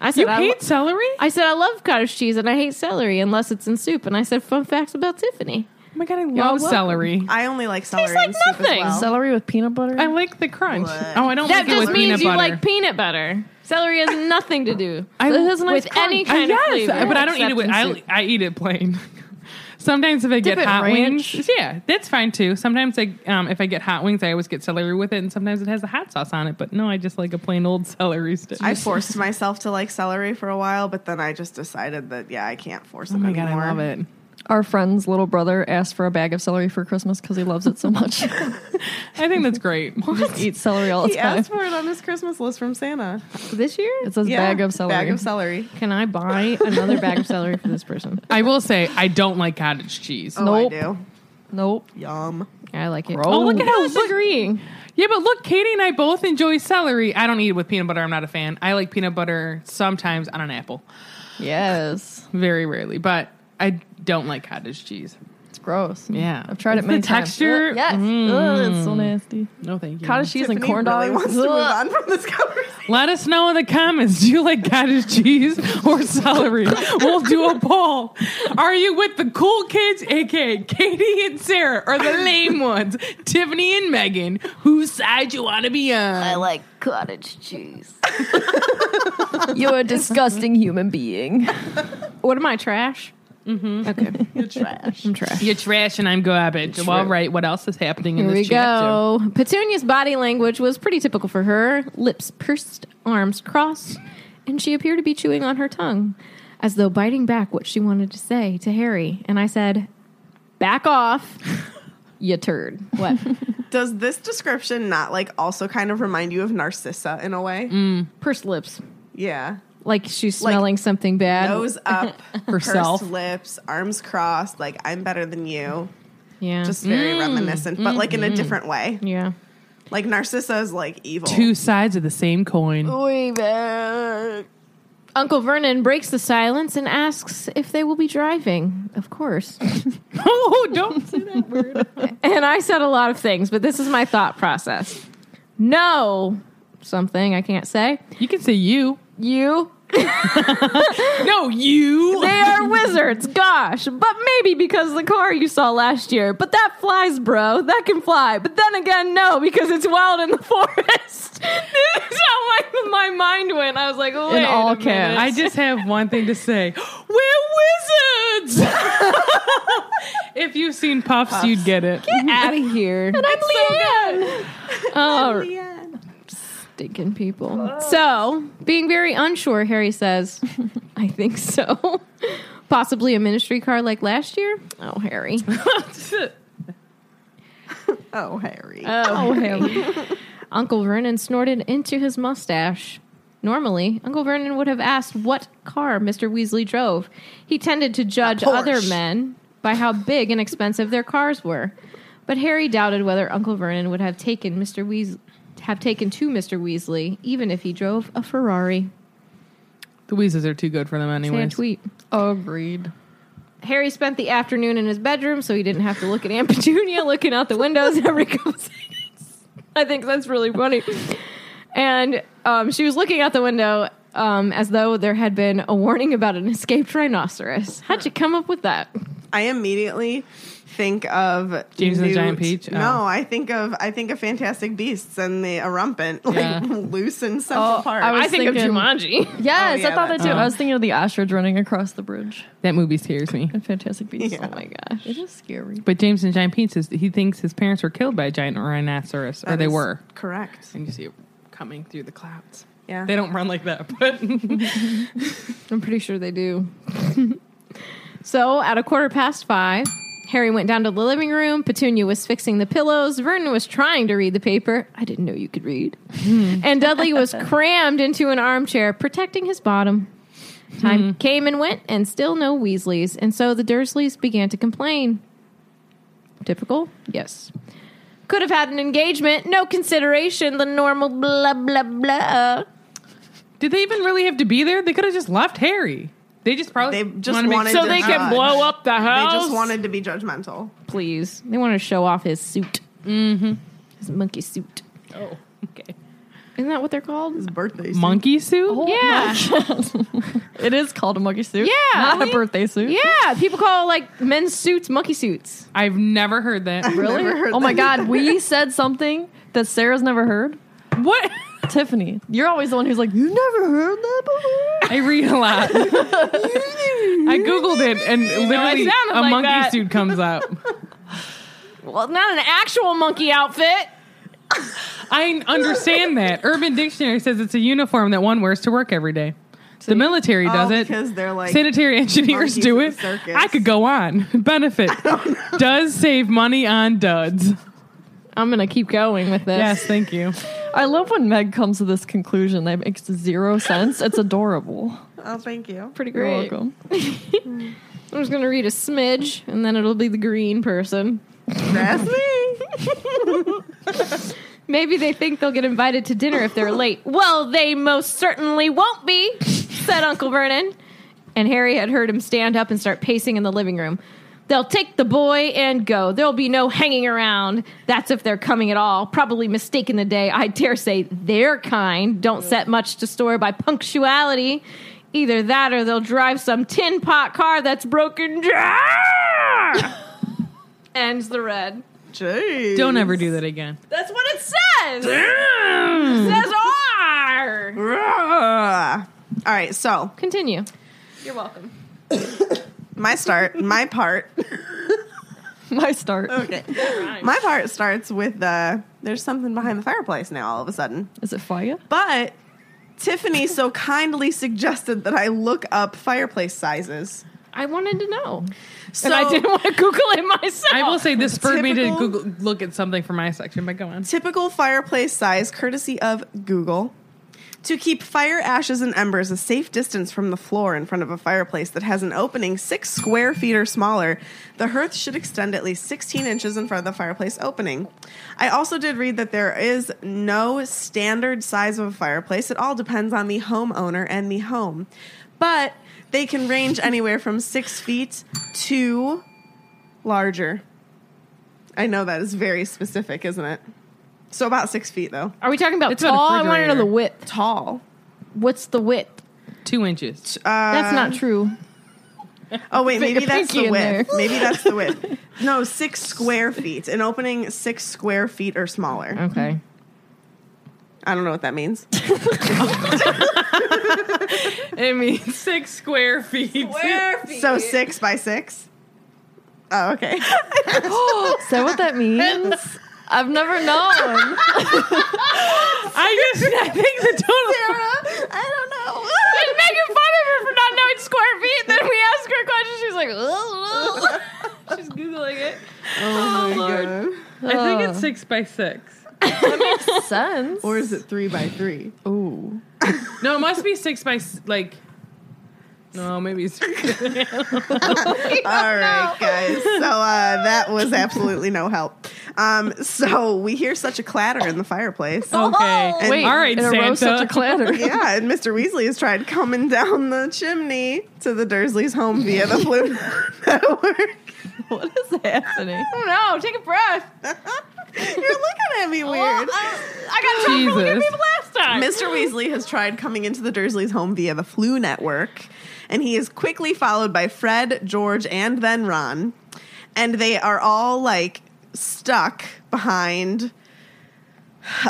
A: I said,
B: You
A: I, lo-
B: hate celery?
A: I said I love cottage cheese and I hate celery unless it's in soup. And I said fun facts about Tiffany.
B: oh my god, I
A: Y'all
B: love
A: welcome.
B: celery.
D: I only like celery
A: like
D: and soup as
A: nothing.
D: well.
E: celery with peanut butter.
B: I like the crunch.
D: What?
B: Oh, I don't
A: That
B: like it
A: just
B: with
A: means
B: peanut
A: you
B: butter.
A: like peanut butter. Celery has nothing to do
B: I-
A: with,
E: a nice
A: with any
B: Uh,
A: kind of
B: yes,
A: flavor.
B: but I don't eat it with.
A: except in
B: I,
A: soup.
B: I eat it plain. Sometimes if I get
E: it
B: hot
E: ranch.
B: wings, yeah, that's fine too. Sometimes I, um, if I get hot wings, I always get celery with it, and sometimes it has a hot sauce on it. But no, I just like a plain old celery stick.
D: I forced myself to like celery for a while, but then I just decided that yeah, I can't force it
B: oh my god,
D: anymore.
B: I love it.
E: Our friend's little brother asked for a bag of celery for Christmas because he loves it so much.
B: I think that's great.
E: Eats celery all the
D: He
E: time.
D: asked for it on his Christmas list from Santa.
A: this year.
E: It says bag of celery.
D: Bag of celery.
A: Can I buy another bag of celery for this person?
B: I will say I don't like cottage cheese.
D: Oh,
E: Nope.
D: I do.
E: Nope.
D: Yum.
A: I like it.
E: Oh, look at
A: how it's agreeing.
B: Yeah, but look, Katie and I both enjoy celery. I don't eat it with peanut butter. I'm not a fan. I like peanut butter sometimes on an apple,
E: Yes.
B: very rarely, but I don't like cottage cheese.
E: It's gross.
B: Yeah.
E: I've tried
B: It's
E: it many
B: the
E: times.
B: texture. Mm,
E: Ugh, Yes.
A: Mm-hmm.
E: Ugh, it's so nasty.
B: No, thank you.
E: Cottage cheese and
D: Tiffany
E: corn
D: really
E: dogs.
D: wants to move
E: Ugh.
D: on from this conversation.
B: Let us know in the comments. Do you like cottage cheese or celery? We'll do a poll. Are you with the cool kids, aka Katie and Sarah, or the lame ones, Tiffany and Megan? Whose side you want to be on?
E: like cottage cheese. You're a disgusting human being.
A: What am I trash? Mm-hmm. Okay,
D: Trash.
A: I'm trash.
B: You're trash and I'm garbage. Well, all right. What else is happening
A: Here
B: in
A: we
B: this chapter?
A: go. Petunia's body language was pretty typical for her lips pursed, arms crossed, and she appeared to be chewing on her tongue, as though biting back what she wanted to say to Harry. And I said, Back off, you turd. What?
D: Does this description not like also kind of remind you of Narcissa in a way?
B: Mm.
A: Pursed lips.
D: Yeah.
A: Like she's smelling something bad.
D: Nose up,
B: Herself. Mm.
D: pursed lips, arms crossed, like I'm better than you.
A: yeah. Mm,
D: Just very reminiscent, but like
B: Mm-hmm.
D: in a different way.
A: yeah.
D: Like Narcissa is like evil.
B: Oh. Two sides of the same coin.
D: Way back.
A: Uncle Vernon breaks the silence and asks if they will be driving. Of course.
B: Oh, don't say that word.
A: and I said a lot of things, but this is my thought process. No, something I can't say.
B: You can say you.
A: You
B: No, you.
A: They are wizards, gosh. But maybe because the car you saw last year. But that flies, bro. That can fly. But then again, no, because it's wild in the forest. this is how my, my mind went. I was like, wait
E: In all
A: a minute.
E: caps.
B: I just have one thing to say. We're wizards. if you've seen Puffs, you'd get it.
A: out of here. And I'm Leanne. Oh, stinking people. So, being very unsure, Harry says, I think so. Possibly a ministry car like last year? Oh, Harry.
D: Oh, Harry.
B: Uh,
A: Oh, him. Uncle Vernon snorted into his mustache. Normally, Uncle Vernon would have asked what car Mr. Weasley drove. He tended to judge other men by how big and expensive their cars were. But Harry doubted whether Uncle Vernon would have taken Mr. Weas have taken to Mr. Weasley, even if he drove a Ferrari.
B: The Weasels are too good for them
A: Say a
B: anyway.
A: tweet.
E: Oh, Agreed.
A: Harry spent the afternoon in his bedroom, so he didn't have to look at Aunt Petunia looking out the windows every couple seconds. I think that's really funny. And um, she was looking out the window um, as though there had been a warning about an escaped rhinoceros. How'd you come up with that?
D: I immediately think of
B: James and the
D: Newt-
B: Giant Peach? Oh.
D: No, I think of I think of Fantastic Beasts and the Arumpent, like
B: Yeah.
D: loose in Central
E: Oh,
D: Park.
E: I was-
A: I think
E: thinking-
A: of Jumanji.
E: Yes,
D: yeah,
E: I thought that,
D: that-
E: too. I was thinking of the ostrich running across the bridge
B: That movie scares me.
E: in Fantastic Beasts.
D: Yeah.
E: Oh my gosh, it is scary.
B: But James and Giant Peach, is, he thinks his parents were killed by a giant rhinoceros, or
D: That
B: they
D: is
B: were.
D: correct.
B: And you see it coming through the clouds.
D: Yeah,
B: They don't run like that, but
A: I'm pretty sure they do. so at a quarter past five, Harry went down to the living room. Petunia was fixing the pillows. Vernon was trying to read the paper. I didn't know you could read. and Dudley was crammed into an armchair, protecting his bottom. Time came and went, and still no Weasleys. And so the Dursleys began to complain. Typical? Yes. Could have had an engagement, no consideration, the normal blah, blah, blah.
B: did they even really have to be there? They could have just left Harry. They just probably
D: They just
B: wanna make-
D: wanted
B: so
D: to
B: they can
D: judge.
B: blow up the
D: they
B: house.
D: just wanted to be judgmental.
A: please. They want to show off his suit. Mm-hmm. His monkey suit.
B: oh, okay.
A: Isn't that what they're called?
D: Birthday suit.
B: monkey suit.
A: Yeah.
E: It is called a monkey suit.
A: Yeah.
E: not a birthday suit.
A: Yeah. People call like men's suits monkey suits.
B: I've never heard that.
D: Really? Never heard
E: Oh my
D: that.
E: god, we said something that Sarah's never heard.
B: what?
E: Tiffany, you're always the one who's like, you never heard that before.
B: I read a lot. I googled it, and literally
A: sounded
B: a
A: like
B: monkey
A: that.
B: suit comes up.
A: Well, not an actual monkey outfit.
B: I understand that. Urban Dictionary says it's a uniform that one wears to work every day. The military does
D: Oh,
B: it.
D: because they're like
B: Sanitary engineers
D: monkeys
B: do
D: in
B: it.
D: the circus.
B: I could go on. Benefit does save money on duds.
A: I'm gonna keep going with this.
B: Yes, thank you.
E: I love when Meg comes to this conclusion that makes zero sense. It's adorable.
D: Oh, thank you.
A: Pretty
E: You're
A: great.
E: welcome.
A: I'm just gonna read a smidge, and then it'll be the green person.
D: That's me.
A: Maybe they think they'll get invited to dinner if they're late. Well, they most certainly won't be, said Uncle Vernon. And Harry had heard him stand up and start pacing in the living room. They'll take the boy and go. There'll be no hanging around. That's if they're coming at all. Probably mistaken the day. I dare say their kind don't set much to store by punctuality. Either that or they'll drive some tin pot car that's broken down. Ends the red.
D: Jeez.
B: Don't ever do that again.
A: That's what it says. It says R.
D: Rah. All right, so
A: Continue. You're welcome.
D: my start, my part.
E: My start.
D: Okay. My part starts with uh, there's something behind the fireplace now all of a sudden.
E: Is it fire?
D: But Tiffany so kindly suggested that I look up fireplace sizes.
A: I wanted to know,
D: So
A: and I didn't want to Google it myself.
B: I will say this spurred me to
D: Oh, Typical-
B: Google, look at something for my section, but go on.
D: typical fireplace size courtesy of Google to keep fire ashes and embers a safe distance from the floor in front of a fireplace that has an opening six square feet or smaller, the hearth should extend at least 16 inches in front of the fireplace opening. I also did read that there is no standard size of a fireplace, it all depends on the homeowner and the home. But they can range anywhere from six feet to larger. I know that is very specific, isn't it? So about six feet, though.
A: Are we talking about
B: It's a
A: tall? I want to know the
B: refrigerator.
A: width.
D: Tall.
A: What's the width?
B: Two inches.
D: Uh,
E: That's not true.
D: Oh wait,
E: Stick
D: maybe
E: a
D: that's
E: pinky
D: the
E: in
D: width. Maybe that's the width. No, six square feet. An opening six square feet or smaller.
E: Okay.
D: I don't know what that means.
B: It means six square feet.
D: So six by six. Oh, okay.
E: Is that what that means? I've never known.
B: I just I think the total.
E: She's making fun of her for not knowing square feet. Then we ask her a question. She's like, "Ugh, ugh." she's googling it.
D: Oh, my
B: I think it's six by six.
E: Sense.
D: Or is it three by three?
E: Ooh.
B: No, it must be six by s- like. No, maybe it's.
D: All right, guys. So uh, that was absolutely no help. Um, so we hear such a clatter in the fireplace.
B: Okay.
D: And-
E: Wait.
B: All right,
E: it arose
B: Santa.
E: such a clatter.
D: Yeah, and Mr. Weasley has tried coming down the chimney to the Dursleys' home via the Blue Network.
E: what is happening?
A: I don't know. Take a breath.
D: You're looking at me weird.
A: I got
B: trouble looking at Jesus. people
A: last
E: uh,
A: time.
D: Mr. Weasley has tried coming into the Dursleys' home via the flu network, and he is quickly followed by Fred, George, and then Ron. And they are all like stuck behind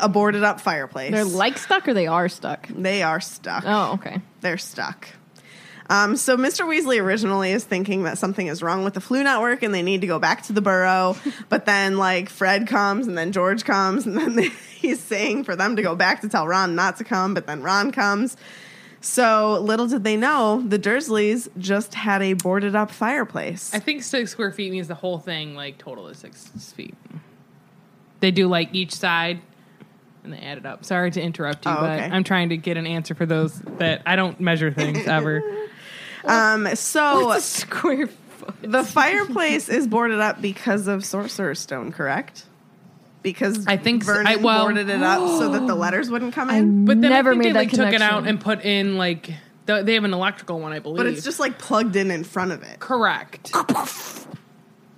D: a boarded up fireplace.
E: They're like stuck or they are stuck?
D: they are stuck.
E: Oh, okay.
D: They're stuck. Um, so Mr. Weasley originally is thinking that something is wrong with the flu network and they need to go back to the burrow. but then like Fred comes and then George comes and then he's saying for them to go back to tell Ron not to come, but then Ron comes. So little did they know the Dursleys just had a boarded up fireplace.
B: I think six square feet means the whole thing, like total is six feet. They do like each side and they add it up. Sorry to interrupt you,
D: Oh, okay.
B: but I'm trying to get an answer for those that I don't measure things ever.
D: Um, so
E: Square foot.
D: the fireplace is boarded up because of Sorcerer's Stone, correct? Because
B: I think so.
D: Vernon
B: I- well-
D: boarded it up so that the letters wouldn't come in.
B: But then
E: Never
B: I think
E: made
B: they
E: that
B: like, took it out
E: connection.
B: and put in like th- they have an electrical one, I believe.
D: But it's just like plugged in in front of it.
B: correct.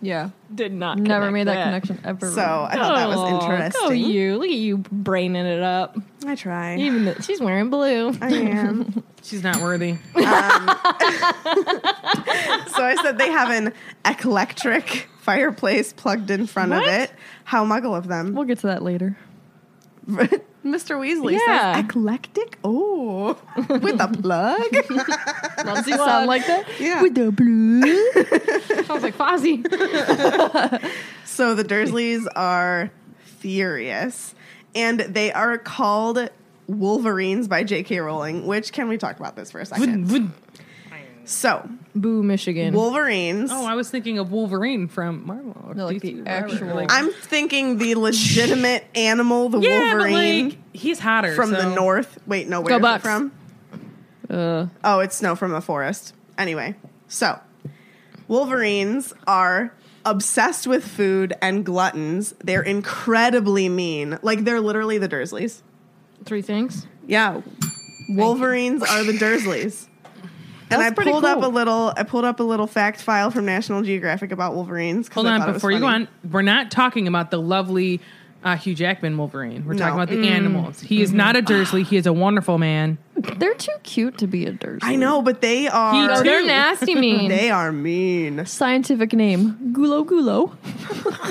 E: Yeah.
A: Did not.
E: Never
A: connect
E: made that, connection ever.
D: So I thought that was interesting.
E: Oh, go you. Look at you braining it up.
D: I try.
E: Even the, she's wearing blue.
D: I am.
B: She's not worthy.
D: so I said they have an electric fireplace plugged in front of
E: What?
D: it. How muggle of them.
E: We'll get to that later.
D: Mr. Weasley
E: Yeah.
D: says eclectic. Oh, with a plug.
E: Does he sound like that?
D: yeah.
E: With the blue. Sounds like Fozzie.
D: So the Dursleys are furious, and they are called Wolverines by J.K. Rowling. Which can we talk about this for a second? So
E: Boo, Michigan.
D: Wolverines.
B: Oh, I was thinking of Wolverine from Marvel. or
E: No, like the
B: or whatever.
E: actual-
B: Like-
D: I'm thinking the legitimate animal, the
B: yeah,
D: Wolverine.
B: but like he's hotter
D: from
B: so-
D: the north. Wait, no,
E: Go
D: where is it
E: Bucks.
D: from?
E: Uh,
D: Oh, it's snow from the forest. Anyway, so Wolverines are obsessed with food and gluttons. They're incredibly mean. Like they're literally the Dursleys.
E: three things.
D: Yeah, Wolverines are the Dursleys. And I
E: That's pretty
D: pulled up a
E: cool.
D: little. I pulled up a little fact file from National Geographic about Wolverines. 'cause
B: Hold
D: I
B: on,
D: thought it was
B: before you go
D: funny.
B: on, we're not talking about the lovely uh, Hugh Jackman Wolverine. We're talking
D: No. Mm. Mm-hmm.
B: about the animals. He is not a Dursley. He is a wonderful man.
E: They're too cute to be a Dursley.
D: I know, but they are.
B: too.
A: They're nasty mean.
D: They are mean.
E: Scientific name Gulo Gulo.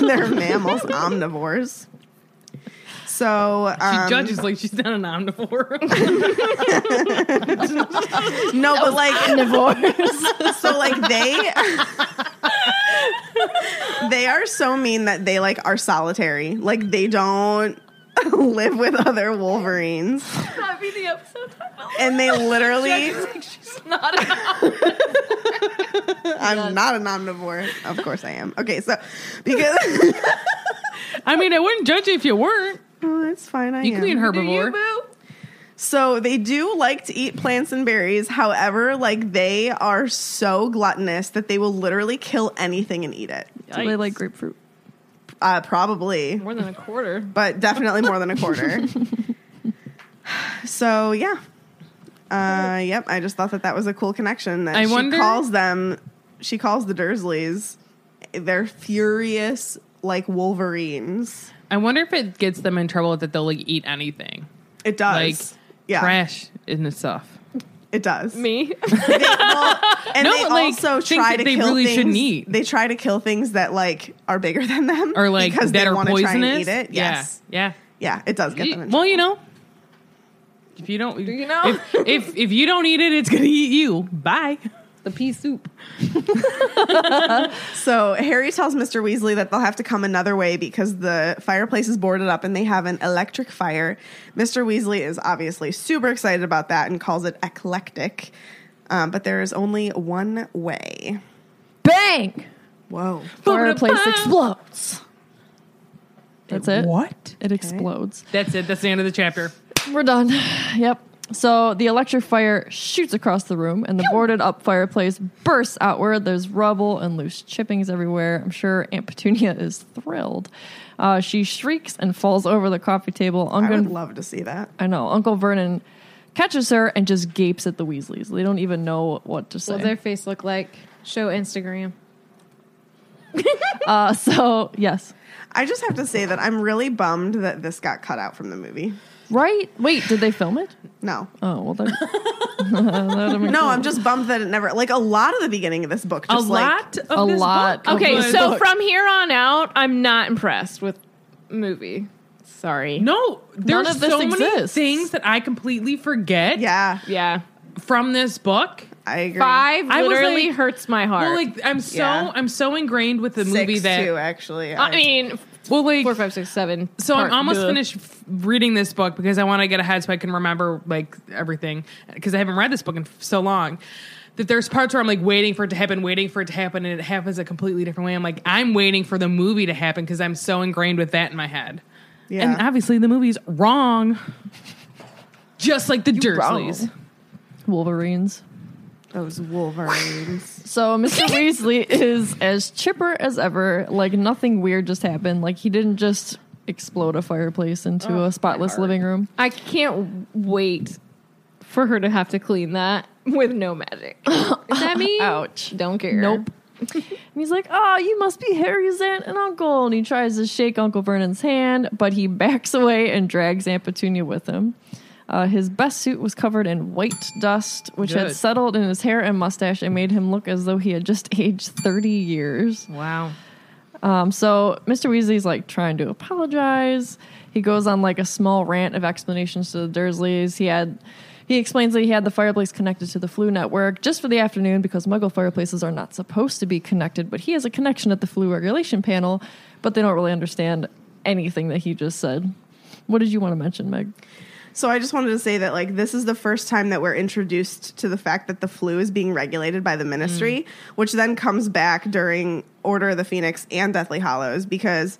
D: They're mammals, omnivores. So
B: She
D: um,
B: judges like she's not an omnivore.
D: No, but like omnivores. so like they they are so mean that they like are solitary. Like they don't live with other Wolverines,
E: Happy the episode title.
D: and they literally.
E: She's not enough.
D: I'm not an omnivore, of course I am. Okay, so because
B: I mean, I wouldn't judge you if you weren't.
D: oh, it's fine. I
B: You
D: am.
B: could be an herbivore.
E: boo?
D: So they do like to eat plants and berries. However, like they are so gluttonous that they will literally kill anything and eat it.
E: Do they like grapefruit?
D: Uh, probably,
F: More than a quarter.
D: but definitely more than a quarter. so yeah. Uh, yep, I just thought that that was a cool connection that
B: I
D: she
B: wonder-
D: calls them. She calls the Dursleys. They're furious like Wolverines.
B: I wonder if it gets them in trouble that they'll like eat anything,
D: It does.
B: Like,
D: yeah,
B: trash and stuff.
D: it does.
F: Me?
D: They- well, and
B: No,
D: they
B: but, like,
D: also
B: things
D: try
B: that
D: to
B: they
D: kill
B: really
D: things.
B: shouldn't eat.
D: They try to kill things that like are bigger than them,
B: Or like
D: because
B: that
D: they
B: are
D: want to
B: poisonous.
D: try and eat it.
B: Yeah,
D: Yes,
B: yeah.
D: yeah, it does get
B: You-
D: them. In
B: well, you know, if you don't,
F: you know?
B: if, if if you don't eat it, it's gonna eat you. Bye.
F: the pea soup.
D: So Harry tells Mr. Weasley that they'll have to come another way because the fireplace is boarded up and they have an electric fire. Mr. Weasley is obviously super excited about that and calls it eclectic. Um, but there is only one way.
E: Bang!
D: Whoa.
E: Fireplace explodes. That's it.
B: What?
E: It explodes.
B: That's it. That's the end of the chapter.
E: We're done. Yep. So the electric fire shoots across the room, and the boarded up fireplace bursts outward. There's rubble and loose chippings everywhere. I'm sure Aunt Petunia is thrilled. Uh, she shrieks and falls over the coffee table.
D: I would
E: Uncle,
D: love to see that.
E: I, know Uncle Vernon catches her and just gapes at the Weasleys. They don't even know what to say.
F: What their face look like? Show Instagram.
E: uh, so yes,
D: I just have to say that I'm really bummed that this got cut out from the movie.
E: right? Wait, did they film it?
D: No.
E: Oh well, that, that'd make
D: No, I'm just bummed that it never like a lot of the beginning of this book just
B: a
D: like
B: lot of
E: a
B: this
E: lot
B: book
E: of
A: Oh,
F: Okay,
E: Good
F: so
E: book.
F: from here on out, I'm not impressed with movie. Sorry.
B: No, there's
E: of this
B: so many
E: exists.
B: things that I completely forget
D: Yeah,
F: Yeah.
B: from this book.
D: I agree.
F: Five
B: I was
F: literally
B: like-
F: hurts my heart.
B: Well, like I'm so
D: Yeah.
B: I'm so ingrained with the
D: Six,
B: movie that
D: too, actually.
F: I mean,
B: well like
F: four, five, six, seven.
B: so
F: part-
B: I'm almost
F: Ugh.
B: finished f- reading this book because I want to get ahead so I can remember like everything because I haven't read this book in f- so long. That there's parts where I'm like waiting for it to happen, waiting for it to happen, and it happens a completely different way. I'm like, I'm waiting for the movie to happen because I'm so ingrained with that in my head.
D: yeah.
B: And obviously, the movie's wrong, just like the Dursleys.
E: Wolverines.
D: those Wolverines.
E: So Mr. Weasley is as chipper as ever. Like nothing weird just happened. Like he didn't just explode a fireplace into a spotless living room.
F: I can't wait for her to have to clean that with no magic. Is that me?
E: Ouch.
F: Don't care.
E: Nope. And he's like, "Oh, you must be Harry's aunt and uncle." And he tries to shake Uncle Vernon's hand, but he backs away and drags Aunt Petunia with him. Uh, his best suit was covered in white dust, which had
B: Good.
E: settled in his hair and mustache and made him look as though he had just aged thirty years.
B: Wow.
E: Um, so Mr. Weasley's like trying to apologize. He goes on like a small rant of explanations to the Dursleys. He had he explains that he had the fireplace connected to the flu network just for the afternoon because Muggle fireplaces are not supposed to be connected, but he has a connection at the flu regulation panel, but they don't really understand anything that he just said. What did you want to mention, Meg?
D: so I just wanted to say that like this is the first time that we're introduced to the fact that the flu is being regulated by the ministry, which then comes back during Order of the Phoenix and Deathly Hollows because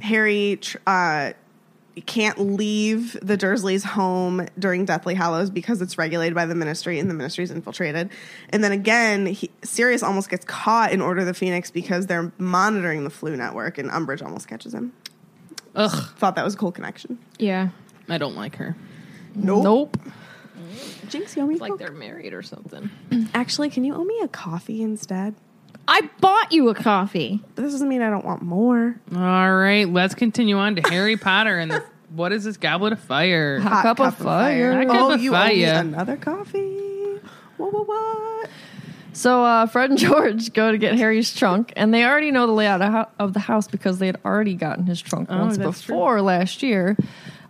D: Harry tr- uh can't leave the Dursleys' home during Deathly Hallows because it's regulated by the Ministry and the Ministry's infiltrated. And then again, he, Sirius almost gets caught in Order of the Phoenix because they're monitoring the flu network, and Umbridge almost catches him.
B: Ugh,
D: Thought that was a cool connection.
F: Yeah.
B: I don't like her.
D: Nope.
E: Nope.
D: Jinx, you owe me a
F: Like
D: Coke.
F: they're married or something.
D: Actually, can you owe me a coffee instead?
F: I bought you a coffee.
D: But this doesn't mean I don't want more.
B: All right, let's continue on to Harry Potter and the, what is this goblet of fire?
E: Hot cup of fire.
B: Hot
D: Oh,
B: cup of
D: you owe me
B: fire.
D: another coffee. What, what, what?
E: So uh, Fred and George go to get Harry's trunk, and they already know the layout of, ho- of the house because they had already gotten his trunk once
B: that's true.
E: before last year.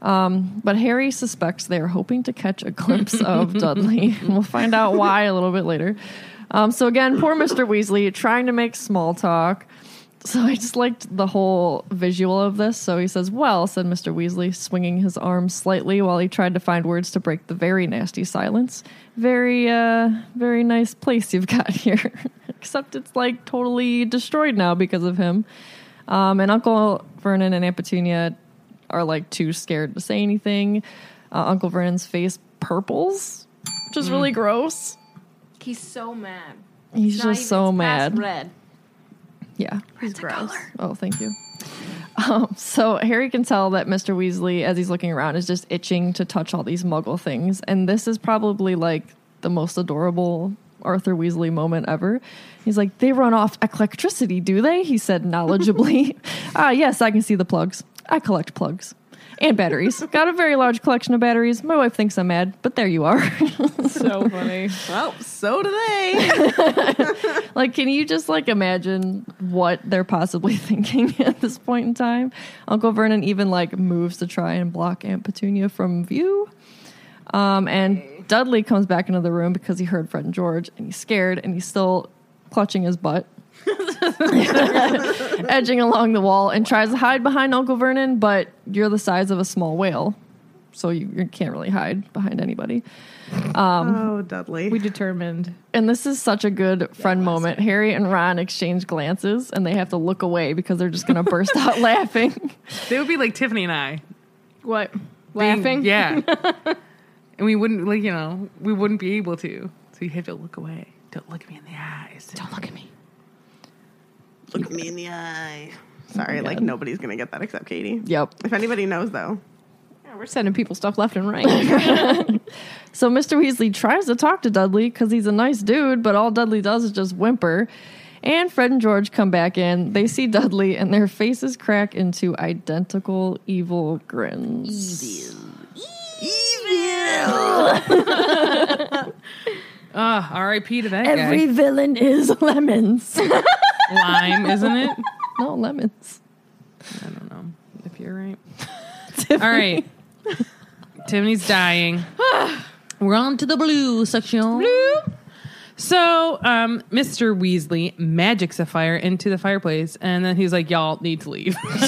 E: Um, but Harry suspects they are hoping to catch a glimpse of Dudley, and we'll find out why a little bit later. Um, so again, poor Mister Weasley trying to make small talk. So I just liked the whole visual of this. So he says, "Well," said Mister Weasley, swinging his arm slightly while he tried to find words to break the very nasty silence. Very, uh, very nice place you've got here, except it's like totally destroyed now because of him. Um, and Uncle Vernon and Aunt Petunia are like too scared to say anything. Uh, Uncle Vernon's face purples, which is really gross.
F: He's so mad.
E: He's
F: Mm. Not
E: just
F: even
E: so
F: past
E: mad.
F: Red.
E: Yeah.
D: He's gross.
E: Oh, thank you. Um, so Harry can tell that Mr. Weasley, as he's looking around, is just itching to touch all these Muggle things, and this is probably like the most adorable Arthur Weasley moment ever. He's like, "They run off electricity, do they?" He said knowledgeably. "Ah, yes, I can see the plugs. I collect plugs." And batteries. Got a very large collection of batteries. My wife thinks I'm mad, but there you are.
F: So funny.
D: Well, so do they.
E: Like, can you just like imagine what they're possibly thinking at this point in time? Uncle Vernon even like moves to try and block Aunt Petunia from view. Um, and Dudley comes back into the room because he heard Fred and George, and he's scared, and he's still clutching his butt, edging along the wall, and tries to hide behind Uncle Vernon. But you're the size of a small whale, so you, you can't really hide behind anybody.
D: oh, Dudley.
F: We determined.
E: And this is such a good friend moment. Harry and Ron exchange glances and they have to look away because they're just going to burst out laughing.
B: They would be like Tiffany and I.
F: What?
B: Being-
F: Laughing?
B: Yeah. and we wouldn't like you know we wouldn't be able to. So you have to look away. Don't look me in the eyes. Don't look at me.
D: Look me in the eye. Sorry, like nobody's gonna get that except Katie.
E: Yep.
D: If anybody knows, though,
F: Yeah, We're sending people stuff left and right.
E: So Mr. Weasley tries to talk to Dudley because he's a nice dude, but all Dudley does is just whimper. And Fred and George come back in. They see Dudley and their faces crack into identical evil grins.
B: Uh, R.I.P. to that
E: Every
B: guy.
E: villain is lemons.
B: Lime, isn't it?
E: no, lemons.
B: I don't know if you're right. All right. Tiffany's dying. We're on to the blue section. So, um, Mr. Weasley magics a fire into the fireplace, and then he's like, "Y'all need to leave.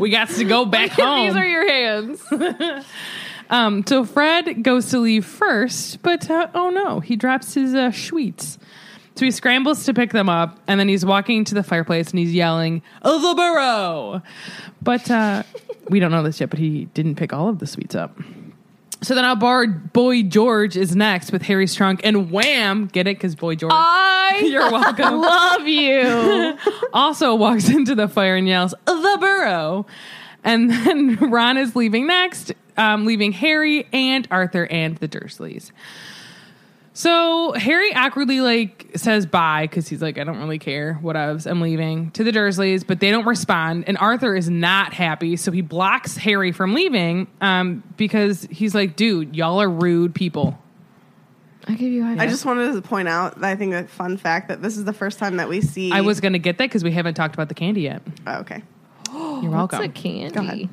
B: we got to go back home."
F: These are your hands.
B: Um, so Fred goes to leave first, but uh, oh no, he drops his uh, sweets. So he scrambles to pick them up, and then he's walking to the fireplace and he's yelling, "The burrow!" But uh, we don't know this yet. But he didn't pick all of the sweets up. So then our bar boy George is next with Harry's trunk, and wham, get it because boy George.
F: I
B: you're welcome.
F: love you.
B: also walks into the fire and yells, The burrow. And then Ron is leaving next, um, leaving Harry and Arthur and the Dursleys. So Harry awkwardly like says bye because he's like, I don't really care, whatevs, I'm leaving to the Dursleys, but they don't respond. And Arthur is not happy, so he blocks Harry from leaving um, because he's like, dude, y'all are rude people.
F: I give you
D: I just wanted to point out that I think a fun fact that this is the first time that we see.
B: I was gonna get that because we haven't talked about the candy yet.
D: oh, okay.
B: You're welcome.
F: It's a candy.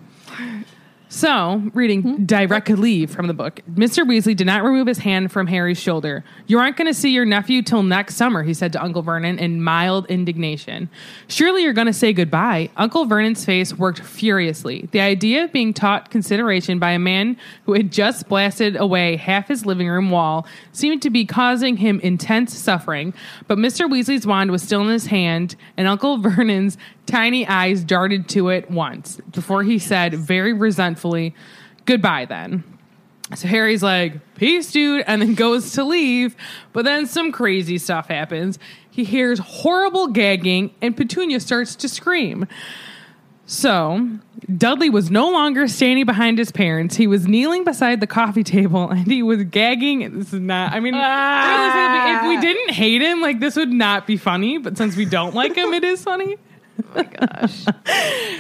B: So, reading directly from the book, Mr. Weasley did not remove his hand from Harry's shoulder. You aren't going to see your nephew till next summer, he said to Uncle Vernon in mild indignation. Surely you're going to say goodbye. Uncle Vernon's face worked furiously. The idea of being taught consideration by a man who had just blasted away half his living room wall seemed to be causing him intense suffering, but Mr. Weasley's wand was still in his hand, and Uncle Vernon's tiny eyes darted to it once before he said very resentfully, Goodbye then. So Harry's like, Peace, dude, and then goes to leave. But then some crazy stuff happens. He hears horrible gagging, and Petunia starts to scream. So, Dudley was no longer standing behind his parents. He was kneeling beside the coffee table and he was gagging. This is not, I mean, realistically, if we didn't hate him, like, this would not be funny. But since we don't like him, it is funny.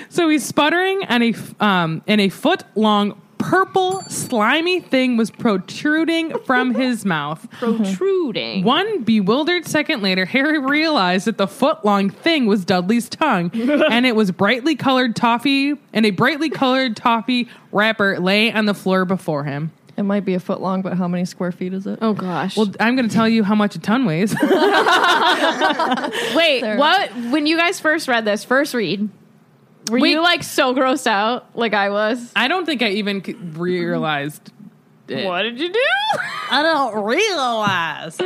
B: So he's sputtering, and a f- um, and a foot long purple slimy thing was protruding from his mouth.
A: Mm-hmm.
F: Protruding.
B: One bewildered second later, Harry realized that the foot long thing was Dudley's tongue, and it was brightly colored toffee, and a brightly colored toffee wrapper lay on the floor before him.
E: It might be a foot long, but how many square feet is it?
F: Oh gosh.
B: Well, I'm going to tell you how much a ton weighs.
F: Wait, what? When you guys first read this, first read, were
B: Wait.
F: you like so grossed out, like I was?
B: I don't think I even c- realized it.
F: What did you do?
B: I don't realize.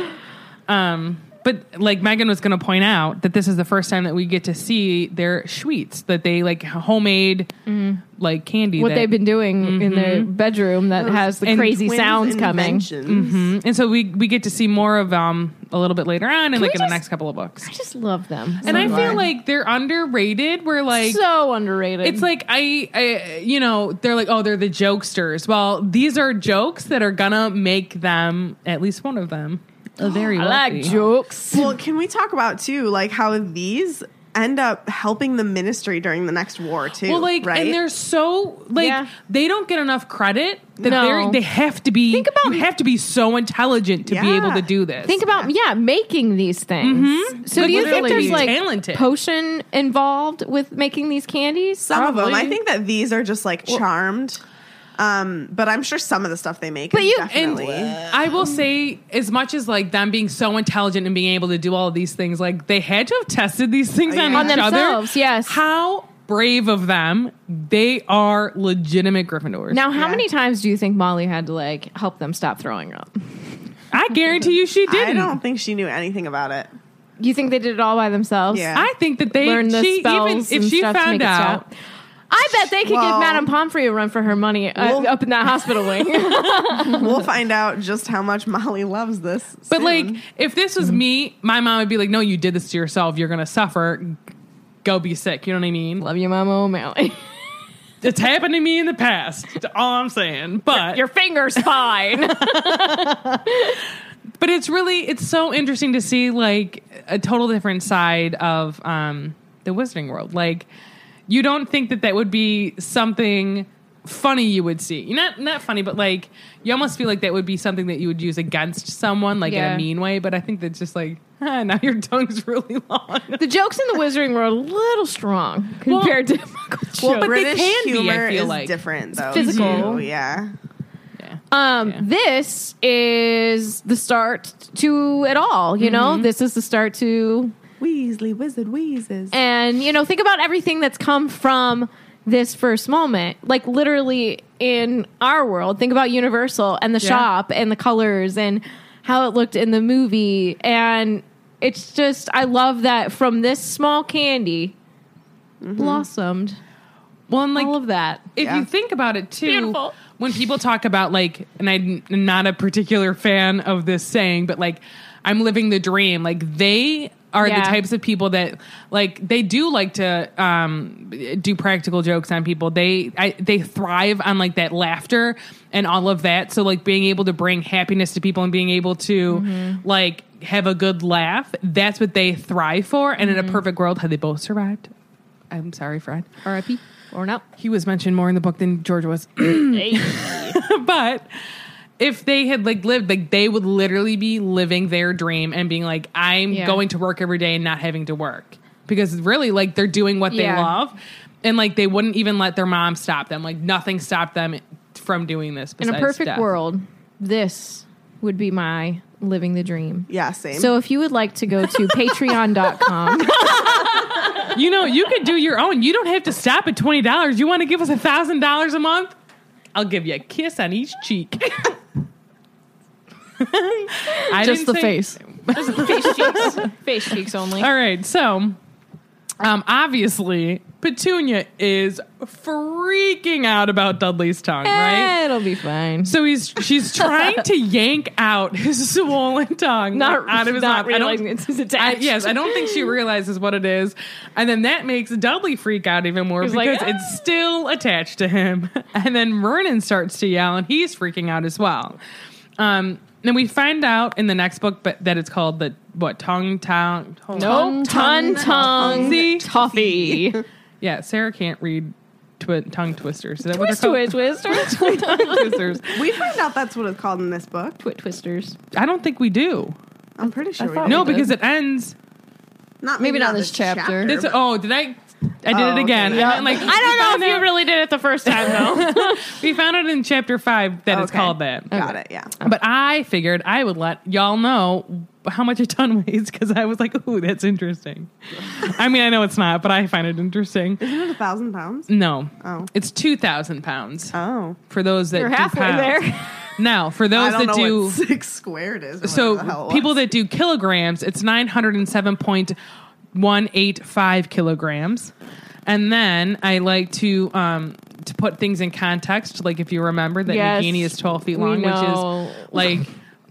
B: Um, But like Megan was going to point out that this is the first time that we get to see their sweets that they like homemade like candy.
A: what
B: that-
A: they've been doing in their bedroom that has the
B: and
A: crazy sounds coming.
B: Mhm. and so we we get to see more of um a little bit later on, and like
A: we
B: in
A: just-
B: the next couple of books.
A: I just love them.
B: And I feel like they're underrated. We're like
A: so underrated.
B: It's like I, I, you know, they're like, oh, they're the jokesters. Well, these are jokes that are gonna make them at least one of them very
A: I
B: wealthy.
A: like jokes.
D: Well, can we talk about too, like how these end up helping the ministry during the next war too?
B: Well, like,
D: right?
B: and they're so like
A: Yeah.
B: they don't get enough credit that
A: No.
B: they're they have to be. Think
A: about-
B: you have to be so intelligent to be
D: Yeah.
B: able to do this.
A: Think about yeah, making these things. So
B: Like,
A: do you think
B: literally
A: there's like
B: talented.
A: potion involved with making these candies?
D: some of them. I
B: probably-
D: think that these are just like charmed. Um, but I'm sure some of the stuff they make.
A: But
D: is
A: you- and-
D: definitely.
B: I will say, as much as like them being so intelligent and being able to do all of these things, like they had to have tested these things on,
A: Oh, On
B: each
A: themselves,
B: other.
A: yes.
B: How brave of them! They are legitimate Gryffindors.
A: Now, how
D: Yeah.
A: many times do you think Molly had to like help them stop throwing up?
B: I guarantee you, she
D: I
B: didn't. I,
D: don't think she knew anything about it.
A: You think they did it all by themselves?
D: Yeah.
B: think that they
A: Learn the
B: she,
A: spells
B: Even
A: and
B: if she
A: stuff to
B: found
A: make it
B: out,
A: stop. I bet they could
D: Well-
A: give Madame Pomfrey a run for her money uh,
D: Well-
A: up in that hospital wing.
D: we'll find out just how much Molly loves this.
B: But
D: soon.
B: like, if this
A: Mm-hmm.
B: was me, my mom would be like, "No, you did this to yourself. You're gonna suffer. Go be sick." You know what I mean?
A: Love you, Mama O'Malley.
B: It's happened to me in the past. That's all I'm saying. But
A: Your finger's fine.
B: but it's really it's so interesting to see like a total different side of um the wizarding world like you don't think that that would be something funny you would see not not funny but like you almost feel like that would be something that you would use against someone like in
A: Yeah.
B: a mean way but i think that's just like ah, now your tongue's really long
A: the jokes in the Wizarding World are a little strong compared to Muggle
B: Well,
A: jokes.
B: but they
D: British
B: can be, I
D: humor
B: feel
D: is
B: like.
D: different though.
A: physical.
D: too, yeah.
A: Um,
B: Yeah.
A: This is the start to it all, you know? This is the start to,
D: Weasley wizard wheezes.
A: and, you know, think about everything that's come from this first moment. Like, literally in our world, think about Universal and the
B: Yeah.
A: shop and the colors and how it looked in the movie. And it's just, I love that from this small candy Mm-hmm. blossomed
B: well and like
A: all of that.
B: if
D: Yeah.
B: you think about it too
A: Beautiful.
B: when people talk about like and i'm not a particular fan of this saying but like i'm living the dream like they are
A: Yeah.
B: the types of people that like they do like to um, do practical jokes on people they I, they thrive on like that laughter and all of that so like being able to bring happiness to people and being able to
A: Mm-hmm.
B: like have a good laugh that's what they thrive for and
A: Mm-hmm.
B: in a perfect world had they both survived i'm sorry fred
A: RIP or not.
B: he was mentioned more in the book than George was. but if they had like lived, like they would literally be living their dream and being like, I'm
A: Yeah.
B: going to work every day and not having to work. Because really, like they're doing what they
A: Yeah.
B: love. And like they wouldn't even let their mom stop them. Like nothing stopped them from doing this.
A: In a
B: besides
A: perfect
B: death.
A: world, this would be my living the dream.
D: Yeah, same.
A: So if you would like to go to patreon.com,
B: You know, you could do your own. You don't have to stop at twenty dollars. You want to give us a thousand dollars a month? I'll give you a kiss on each cheek. I
E: Just
B: didn't
E: the
B: say-
E: face.
A: face cheeks, face cheeks only.
B: All right, so um obviously Petunia is freaking out about Dudley's tongue, right?
A: It'll be fine.
B: So he's she's trying to yank out his swollen tongue
A: Not,
B: out of his
A: not
B: mouth. I don't-
A: realizing it's his
B: I,
A: attack.
B: yes, I don't think she realizes what it is, and then that makes Dudley freak out even more
A: He's
B: because
A: like, "Ah."
B: it's still attached to him. And then Vernon starts to yell, and he's freaking out as well. Um, then we find out in the next book, but that it's called the what tongue tongue.
A: No, ton, tongue,
B: See?
A: toffee.
B: Yeah, Sarah can't read twi- tongue twisters. Is that
A: Twist,
B: what they're
A: twist, twist, twist, twist,
B: called? Tongue twisters.
D: we find out that's what it's called in this book.
A: twist, twisters.
B: I don't think we
A: Oh,
B: do.
D: I'm pretty sure.
E: thought
D: we
B: No,
E: did.
B: because it ends.
D: not
E: Maybe not this chapter.
B: It's oh, did I? I did
D: Oh,
B: it again.
D: okay.
B: I meant, like I
A: don't know if you really did it the first time though.
B: We found out in chapter five that it's
D: Okay.
B: called that.
D: Got it. Yeah.
B: But I figured I would let y'all know how much a ton weighs because I was like, ooh, that's interesting. I mean, I know it's not, but I find it interesting.
D: Isn't it a thousand pounds?
B: No.
D: Oh.
B: It's 2,000 pounds
D: Oh.
B: for those that
A: You're
B: do
A: halfway
B: pounds.
A: there.
B: Now, for
D: I
B: those
D: don't
B: that
D: know
B: do
D: what six squared is. or whatever the hell
B: so
D: it was.
B: people that do kilograms, it's 907.185 kilograms. And then I like to um to put things in context, like if you remember that
E: Yes,
B: Nagini is 12 feet
E: we
B: long, which
E: know.
B: is like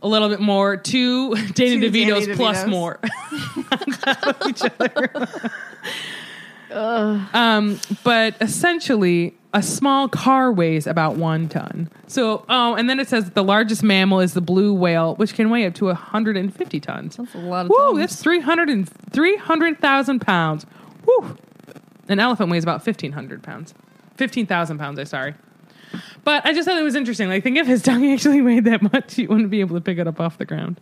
B: a little bit more two Dana
D: Two Danny
B: DeVito's plus
D: DeVitos.
B: more. Um, but essentially, a small car weighs about one ton. So, oh, and then it says the largest mammal is the blue whale, which can weigh up to 150 tons.
E: That's a lot of
B: Woo,
E: tons.
B: that's 300 and 300,000 pounds. Woo. An elephant weighs about 1,500 pounds. 15,000 pounds, I'm sorry. But I just thought it was interesting. Like, think if his tongue actually weighed that much, you wouldn't be able to pick it up off the ground.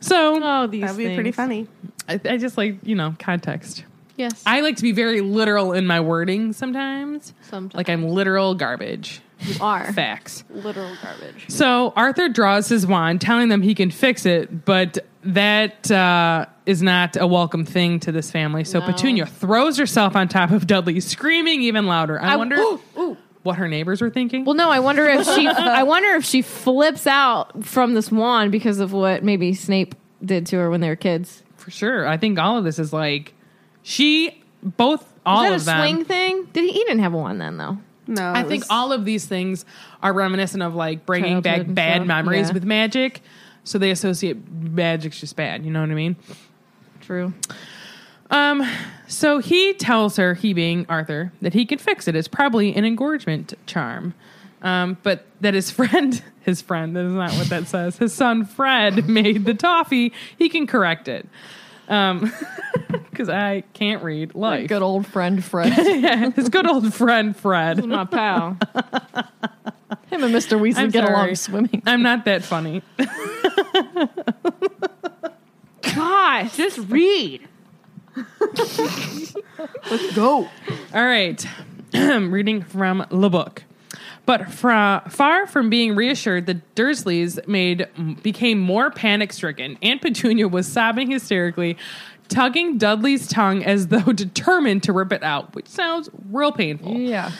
B: So,
E: Oh, these
D: that'd be pretty
E: things.
D: funny.
B: I, I just like, you know, context.
F: Yes.
B: I like to be very literal in my wording sometimes.
F: Sometimes.
B: Like I'm literal garbage.
F: you are.
B: Facts.
F: Literal garbage.
B: So Arthur draws his wand, telling them he can fix it, but that uh, is not a welcome thing to this family. So
F: No.
B: Petunia throws herself on top of Dudley, screaming even louder. I,
F: I-
B: wonder
F: Ooh, ooh.
B: what her neighbors were thinking.
F: Well, no, I wonder if she. I wonder if she flips out from this wand because of what maybe Snape did to her when they were kids.
B: For sure. I think all of this is like she both all
F: Was that a
B: of them.
F: swing thing? Did he? He didn't have a wand then, though.
D: No,
B: I
D: it
B: think
D: was-
B: all of these things are reminiscent of like bringing
E: Childhood
B: back
E: and
B: bad
E: stuff,
B: memories
E: yeah.
B: with magic. So they associate magic's just bad. You know what I mean?
E: True.
B: Um, so he tells her, he being Arthur, that he can fix it. It's probably an engorgement charm. Um, but that his friend, his friend, that is not what that says. His son Fred made the toffee. He can correct it. Um, because I can't read life.
E: Good old friend Fred.
B: his good old friend Fred.
F: My pal.
E: Him and Mr. Weasley
B: I'm
E: get
B: sorry.
E: along swimming.
B: I'm not that funny.
F: Gosh, just read.
D: go.
B: All right. Reading from the book. But fra- far from being reassured, the Dursleys made became more panic stricken. Aunt Petunia was sobbing hysterically, tugging Dudley's tongue as though determined to rip it out, which sounds real painful.
E: Yeah.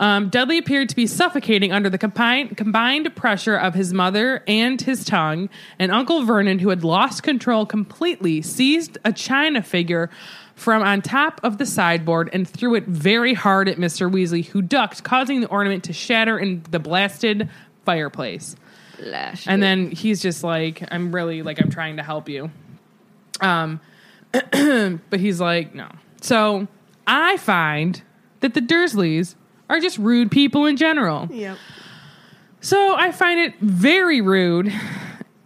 B: Um, Dudley appeared to be suffocating under the combined, combined pressure of his mother and his tongue, and Uncle Vernon, who had lost control completely, seized a china figure from on top of the sideboard and threw it very hard at Mr. Weasley, who ducked, causing the ornament to shatter in the blasted fireplace. And then he's just like, I'm really like, I'm trying to help you. Um, but he's like, no. So I find that the Dursleys are just rude people in general.
D: Yep.
B: So I find it very rude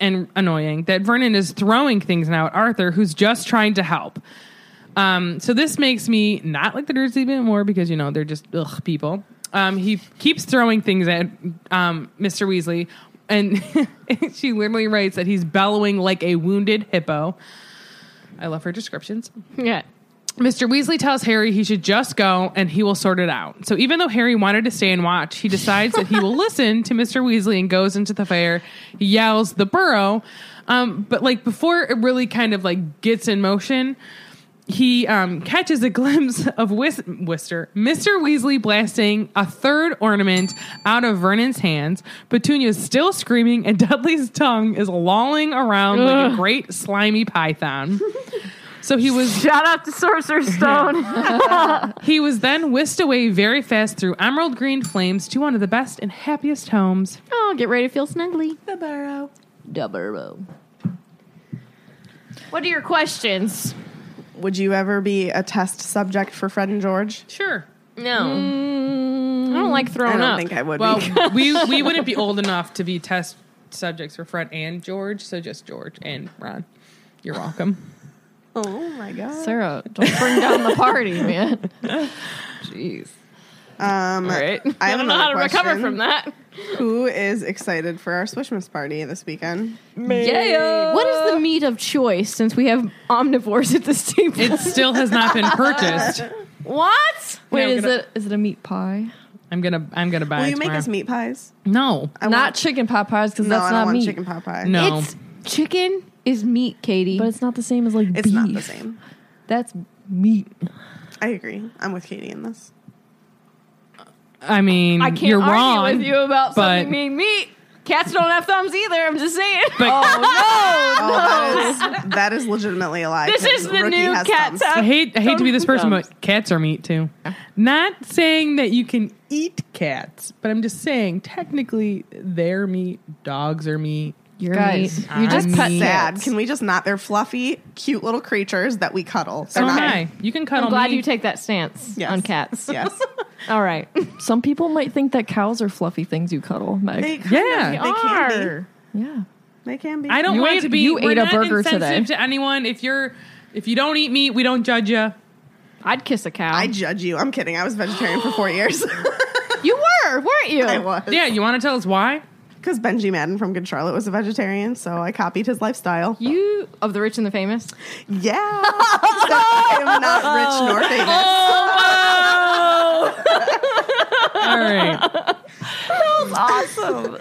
B: and annoying that Vernon is throwing things now at Arthur, who's just trying to help. Um, so this makes me not like the Dursleys even more because you know they're just ugh people. Um, he keeps throwing things at um, Mr. Weasley, and she literally writes that he's bellowing like a wounded hippo. I love her descriptions.
F: Yeah.
B: Mr. Weasley tells Harry he should just go and he will sort it out. So even though Harry wanted to stay and watch, he decides that he will listen to Mr. Weasley and goes into the fire. He yells the burrow. Um, but like before it really kind of like gets in motion, he um, catches a glimpse of Whis- Wister, Mr. Weasley blasting a third ornament out of Vernon's hands. Petunia is still screaming, and Dudley's tongue is lolling around like a great slimy python. So he was
F: Shout out to Sorcerer's Stone.
B: he was then whisked away very fast through emerald green flames to one of the best and happiest homes.
F: oh, get ready to feel snuggly.
D: The burrow.
E: Dubbo.
F: What are your questions?
D: Would you ever be a test subject for Fred and George?
B: Sure.
F: No. I don't like
D: I
F: throwing
D: don't
F: up.
D: think I would
B: Well,
D: be.
B: we we wouldn't be old enough to be test subjects for Fred and George, so just George and Ron. You're welcome.
D: Oh my god.
E: Sarah, don't bring down the party, man. Jeez.
D: Um,
F: All right.
D: I
F: I
D: have
F: don't know how to
D: another
F: recover
D: question.
F: from that.
D: Who is excited for our Swishmas party this weekend?
E: Yeah.
F: What is the meat of choice since we have omnivores at this table?
B: It still has not been purchased.
F: what?
E: Wait,
B: Yeah, I'm
E: is
B: gonna-
E: it is it a meat pie?
B: I'm gonna I'm gonna buy.
D: Will
B: it
D: you make
B: tomorrow.
D: us meat pies?
B: No,
D: I
E: not
D: want-
E: chicken pot pies because
D: no,
E: that's
D: I don't
E: not
D: want
E: meat.
D: chicken pot pie.
B: no.
F: It's chicken is meat, Katie.
E: But it's not the same as like
D: It's
E: beef.
D: not the same.
E: That's meat.
D: I agree. I'm with Katie in this.
B: I mean,
F: I can't
B: you're
F: argue
B: wrong.
F: with you about
B: but-
F: something being meat. Cats don't have thumbs either. I'm just saying.
D: Oh, that, is, that is legitimately a lie.
F: this
D: 'cause
F: is the
D: Rookie
F: new
D: has
F: cats
D: thumbs.
B: I
F: have.
B: hate I hate to be this person,
F: Thumbs.
B: but cats are meat too. Not saying that you can eat cats, but I'm just saying technically they're meat. Dogs are meat.
E: You're
F: Guys,
E: meat.
B: I'm
E: You just pet
B: meat.
E: sad.
D: Sad. Can we just not? They're fluffy, cute little creatures that we cuddle.
B: So
D: They're
B: am
D: not.
B: I. You can cuddle
F: I'm glad
B: me.
F: you take that stance
D: Yes.
F: on cats.
D: Yes.
F: All right.
E: Some people might think that cows are fluffy things you cuddle, Meg.
D: They kind
B: Yeah.
D: of- they can be.
E: yeah.
D: They can be.
B: I don't
E: You
B: want
E: ate-
B: to be.
E: you
B: we're
E: ate a
B: not
E: burger
B: insensitive
E: today.
B: to anyone. If you're if you don't eat meat, we don't judge you.
F: I'd kiss a cow.
D: I judge you. I'm kidding. I was vegetarian for four years.
F: you were, weren't you?
D: I was.
B: Yeah, you want to tell us why?
D: Because Benji Madden from Good Charlotte was a vegetarian, so I copied his lifestyle.
F: You of the rich and the famous.
D: Yeah. so I'm not rich nor famous.
E: Oh!
B: All right.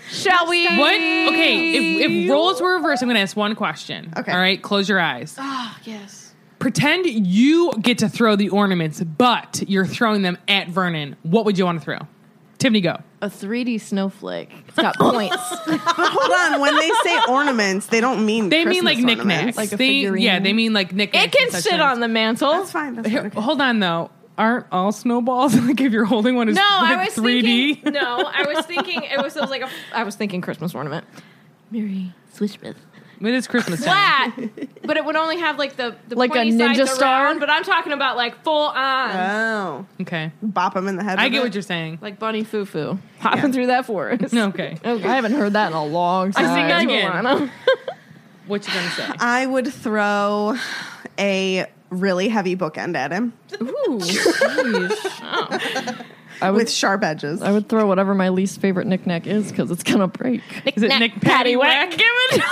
F: Shall we?
B: What? Okay. If, if roles were reversed, I'm going to ask one question.
D: Okay.
B: All right. Close your eyes.
F: Ah, yes.
B: Pretend you get to throw the ornaments, but you're throwing them at Vernon. What would you want to throw? Tiffany, go.
F: A 3D snowflake. It's got points.
D: But hold on, when they say ornaments, they don't mean
B: They mean
D: Christmas
B: like knickknacks.
D: ornaments.
E: Like a
B: they,
E: figurine?
B: yeah, they mean like knickknacks.
F: it can
B: and such
F: sit
B: things.
F: on the mantle.
D: That's fine. That's
B: Here,
D: fine. Okay.
B: hold on though. Aren't all snowballs like if you're holding one is
F: No,
B: like
F: I was
B: 3D?
F: thinking. No, I was thinking it was, it was like a. I was thinking Christmas ornament. Mary Swishmith.
B: it is Christmas time.
F: Flat, but it would only have like the, the
E: Like a
F: pointy sides
E: ninja star?
F: around, but I'm talking about like full on,
D: Oh,
B: Okay,
D: bop them in the head.
B: I
D: with
B: get
D: it.
B: what you're saying.
F: like bunny foo foo hopping through that forest.
B: Okay,
E: I haven't heard that in a long time.
B: think I get-
F: Moana.
B: what you gonna say?
D: I would throw a really heavy bookend at him
F: Ooh, sheesh.
E: I would,
D: with sharp edges.
E: I would throw whatever my least favorite knickknack is because it's gonna break.
B: Is it Nick Paddywhack?
F: Give it.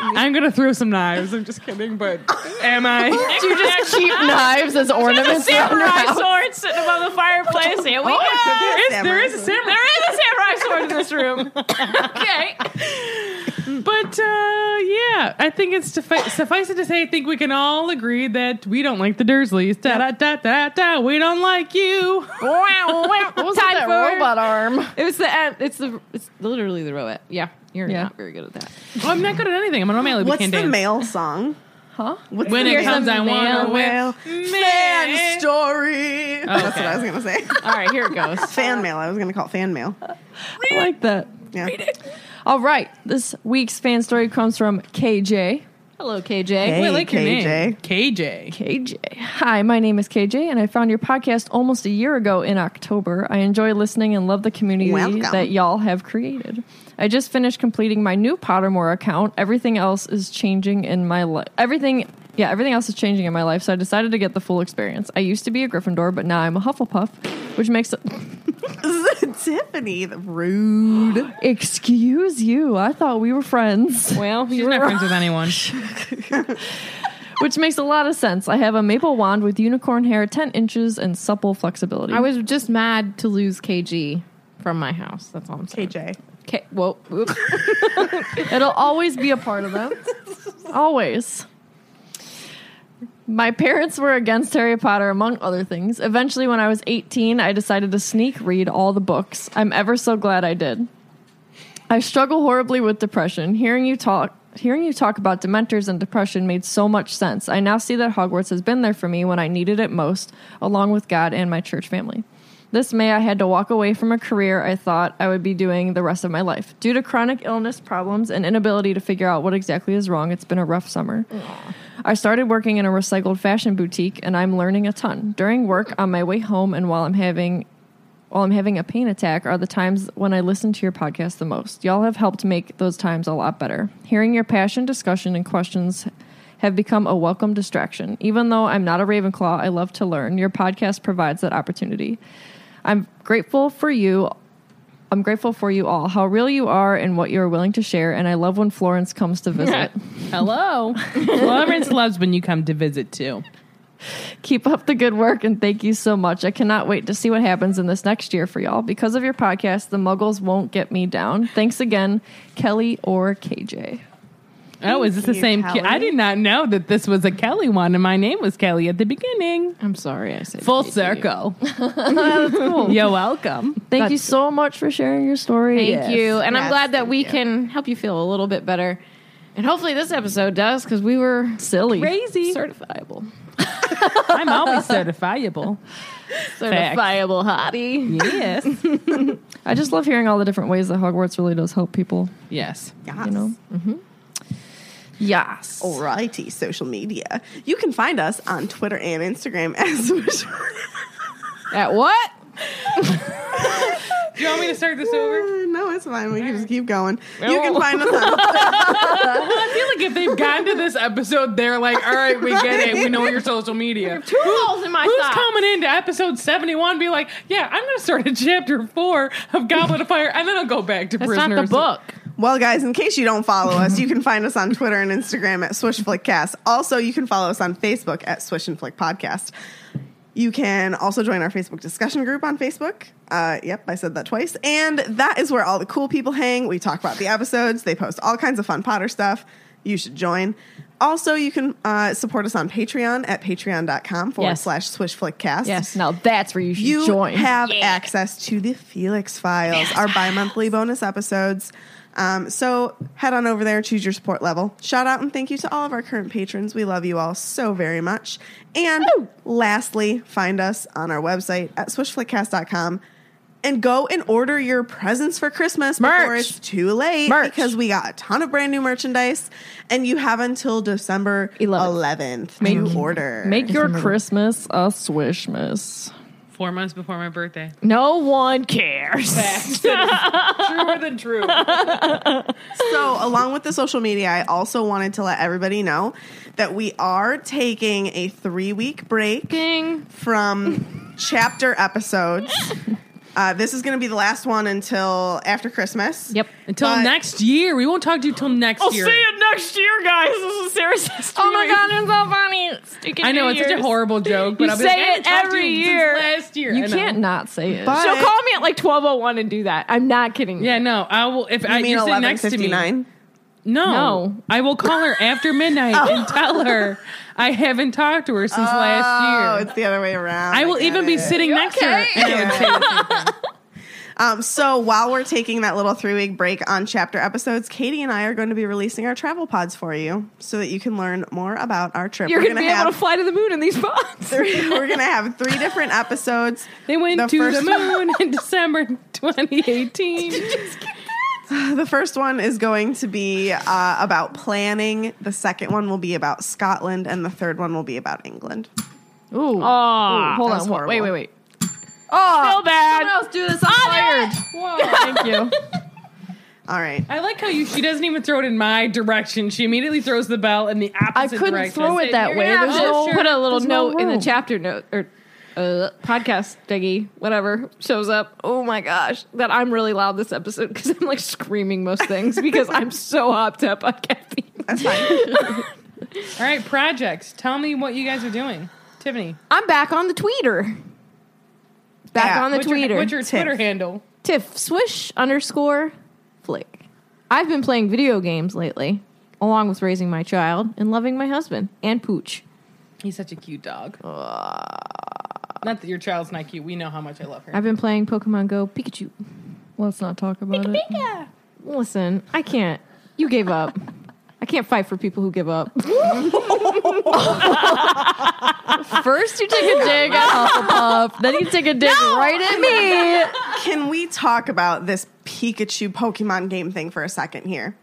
B: I'm gonna throw some knives. I'm just kidding, but am I?
E: Do you just keep knives as ornaments? around your
F: samurai
E: house?
F: sword sitting above the fireplace. Here we go.
B: there, is, there is Oh, a
D: Samurai.
B: samurai.
F: There is a samurai sword in this room. okay.
B: But uh, yeah, I think it's suffi- suffice it to say, I think we can all agree that we don't like the Dursleys. Da da da da da. We don't like you.
F: Wow, wow.
E: What was
F: Time
E: that
F: for-
E: robot arm?
F: It was the end. It's the. It's literally the roet. Yeah, you're
E: Yeah.
F: not very good at that.
B: Oh, I'm not good at anything. I'm an O'Malley. We
D: What's
B: can't
D: the
B: dance.
D: male song?
E: Huh?
D: What's
B: When
D: the
B: it
D: male-
B: comes, I want to
F: male
B: win.
D: Well, fan story. That's
B: Oh, Okay.
D: what I was gonna say.
F: All right, here it goes.
D: fan mail. I was gonna call it fan mail.
E: I like that.
D: Yeah.
E: All right. This week's fan story comes from KJ.
F: Hello, KJ.
D: Hey,
B: I like your name.
D: KJ.
B: KJ.
E: KJ. Hi, my name is KJ, and I found your podcast almost a year ago in October. I enjoy listening and love the community
D: Welcome.
E: that y'all have created. I just finished completing my new Pottermore account. Everything else is changing in my life. Everything, yeah, everything else is changing in my life, so I decided to get the full experience. I used to be a Gryffindor, but now I'm a Hufflepuff, which makes it.
D: Tiffany, the rude.
E: Excuse you. I thought we were friends.
F: Well,
B: She's
F: you're
B: not
F: wrong.
B: friends with anyone.
E: Which makes a lot of sense. I have a maple wand with unicorn hair, 10 inches, and supple flexibility.
F: I was just mad to lose KG from my house. That's all I'm saying.
D: KJ.
F: K- Whoa. Oops.
E: It'll always be a part of them. always. My parents were against Harry Potter, among other things. Eventually, when I was 18, I decided to sneak read all the books. I'm ever so glad I did. I struggle horribly with depression. Hearing you talk hearing you talk about dementors and depression made so much sense. I now see that Hogwarts has been there for me when I needed it most, along with God and my church family. This May I had to walk away from a career I thought I would be doing the rest of my life. Due to chronic illness problems and inability to figure out what exactly is wrong, it's been a rough summer. I started working in a recycled fashion boutique and I'm learning a ton. During work on my way home and while I'm having while I'm having a pain attack are the times when I listen to your podcast the most. Y'all have helped make those times a lot better. Hearing your passion, discussion, and questions have become a welcome distraction. Even though I'm not a Ravenclaw, I love to learn. Your podcast provides that opportunity. I'm grateful for you. I'm grateful for you all, how real you are and what you're willing to share. And I love when Florence comes to visit.
B: Hello. Florence loves when you come to visit too.
E: Keep up the good work and thank you so much. I cannot wait to see what happens in this next year for y'all. Because of your podcast, the muggles won't get me down. Thanks again, Kelly or KJ.
B: Oh, is this the
D: you,
B: same? Ke- I
D: Kelly.
B: did not know that this was a Kelly one, and my name was Kelly at the beginning.
E: I'm sorry, I said
B: Full
E: thank you.
B: circle. You're welcome.
E: Thank you so much for sharing your story.
A: Thank
E: Yes.
A: you. And I'm
D: Yes,
A: glad that
D: thank
A: we
D: you.
A: can help you feel a little bit better. And hopefully this episode does because we were
E: Silly.
A: crazy. Certifiable.
B: I'm always certifiable.
A: Certifiable hottie.
B: Yes.
E: I just love hearing all the different ways that Hogwarts really does help people.
B: Yes.
D: Yes.
E: You know. Mm-hmm. Yes.
D: Alrighty, social media. You can find us on Twitter and Instagram as
A: At what?
B: Do you want me to start this over?
D: No, it's fine. We can just keep going. You can find us on
B: I feel like if they've gotten to this episode, they're like, all right, we get it. We know your social media.
A: Two holes in my
B: Who's
A: sock.
B: coming into episode 71 be like, yeah, I'm going to start at chapter four of Goblet of Fire, and then I'll go back to
A: That's
B: Prisoners.
A: not the book.
D: Well, guys, in case you don't follow us, you can find us on Twitter and Instagram at Swish Flick Cast. Also, you can follow us on Facebook at Swish and Flick Podcast. You can also join our Facebook discussion group on Facebook. Uh, yep, I said that twice. And that is where all the cool people hang. We talk about the episodes, they post all kinds of fun Potter stuff. You should join. Also, you can uh, support us on Patreon at patreon.com forward
E: Yes.
D: slash Swish Flick Cast
E: Yes. Now that's where you should
D: you
E: join.
D: have access to the Felix Files, our bi-monthly bonus episodes. Um, so head on over there, choose your support level. Shout out and thank you to all of our current patrons. We love you all so very much. And lastly, find us on our website at swishflickcast.com and go and order your presents for Christmas before
E: Merch.
D: it's too late
E: Merch.
D: because we got a ton of brand new merchandise and you have until December 11th, to order.
E: Make your Christmas a swishmas.
B: Four months before my birthday.
A: No one cares.
B: Truer than true.
D: So, along with the social media, I also wanted to let everybody know that we are taking a three week break
A: Ding.
D: from chapter episodes. Uh, this is going to be the last one until after Christmas.
A: Yep.
B: Until
D: But-
B: next year. We won't talk to you till next
A: Oh,
B: year.
E: next year, guys. This is Sarah's history. Oh my
A: week.
E: god, it's so funny. Stinking
B: I know
E: New
B: it's such a
E: Year's.
B: horrible joke, but
A: You
B: I'll be
A: say
B: like, I haven't
A: it
B: talked to
A: every
B: you since
A: year.
B: last year. I
E: You
B: know.
E: can't not say it.
D: But-
A: So call me at like 1201 and do that. I'm not kidding.
B: Yeah, no. I will. If I
D: I mean,
B: you sit next to me,
D: 11:59.
B: no,
A: No.
B: I will call her after midnight and tell her I haven't talked to her since
D: Oh,
B: last year.
D: it's the other way around.
B: I will
D: get
B: even be
D: it.
B: sitting next to her. And I would say the same thing.
D: Um, so while we're taking that little three week break on chapter episodes, Katie and I are going to be releasing our travel pods for you so that you can learn more about our trip.
A: You're
D: We're
A: going to be able to fly to the moon in these pods.
D: three, we're gonna have three different episodes.
B: They went
D: The
B: to the
D: first-
B: moon in December 2018.
D: The first one is going to be uh, about planning. The second one will be about Scotland, and the third one will be about England.
E: Ooh.
A: Aw.
E: Ooh, hold
D: that
E: on.
D: was
E: wha- Wait, wait,
D: horrible.
E: wait.
A: Oh, Feel bad.
E: Someone else do this. I'm fired. Thank you.
D: All right.
B: I like how you. She doesn't even throw it in my direction. She immediately throws the bell in the opposite
E: I couldn't
B: direction.
E: throw it that way.
A: You're gonna
E: There's
A: have to
E: no
A: put a little
E: there's no
A: note in the
E: room.
A: chapter note or uh, podcast diggy, whatever shows up. Oh my gosh, that I'm really loud this episode because I'm like screaming most things because I'm so hopped up on caffeine.
D: That's fine.
B: All right, projects. Tell me what you guys are doing, Tiffany.
A: I'm back on the tweeter. Back
D: Yeah.
A: on the
B: what's
A: tweeter.
B: Your, what's your
D: Tiff.
B: Twitter handle?
A: Tiff swish underscore flick. I've been playing video games lately, along with raising my child and loving my husband and Pooch.
B: He's such a cute dog. not that your child's not cute. We know how much I love her.
A: I've been playing Pokemon Go Pikachu.
E: Let's not talk about it.
A: Listen, I can't. You gave up. I can't fight for people who give up.
E: First, you take a dig at Hufflepuff, then you take a dig right at me.
D: Can we talk about this Pikachu Pokemon game thing for a second here?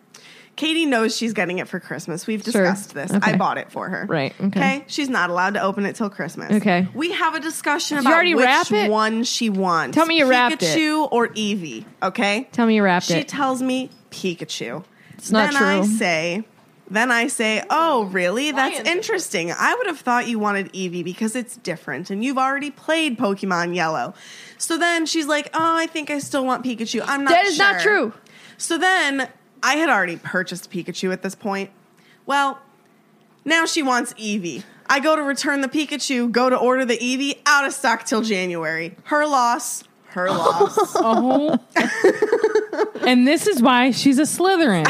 D: Katie knows she's getting it for Christmas. We've discussed this. I
A: Okay.
D: bought it for her.
A: Right, okay.
D: Okay. She's not allowed to open it till Christmas.
A: Okay.
D: We have a discussion about
A: already wrap
D: which
A: it?
D: one she wants.
A: Tell me you
D: Pikachu
A: wrapped it.
D: or Eevee. Okay.
A: Tell me you wrapped
D: She
A: it.
D: tells me Pikachu. It's
E: not
D: then I
E: true.
D: say, then I say, oh, really? That's interesting. I would have thought you wanted Eevee because it's different and you've already played Pokemon Yellow. So then she's like, oh, I think I still want Pikachu. I'm not
A: That is not
D: sure."
A: true.
D: So then I had already purchased Pikachu at this point. Well, now she wants Eevee. I go to return the Pikachu, go to order the Eevee, out of stock till January. Her loss, her loss.
B: Oh. and this is why she's a Slytherin.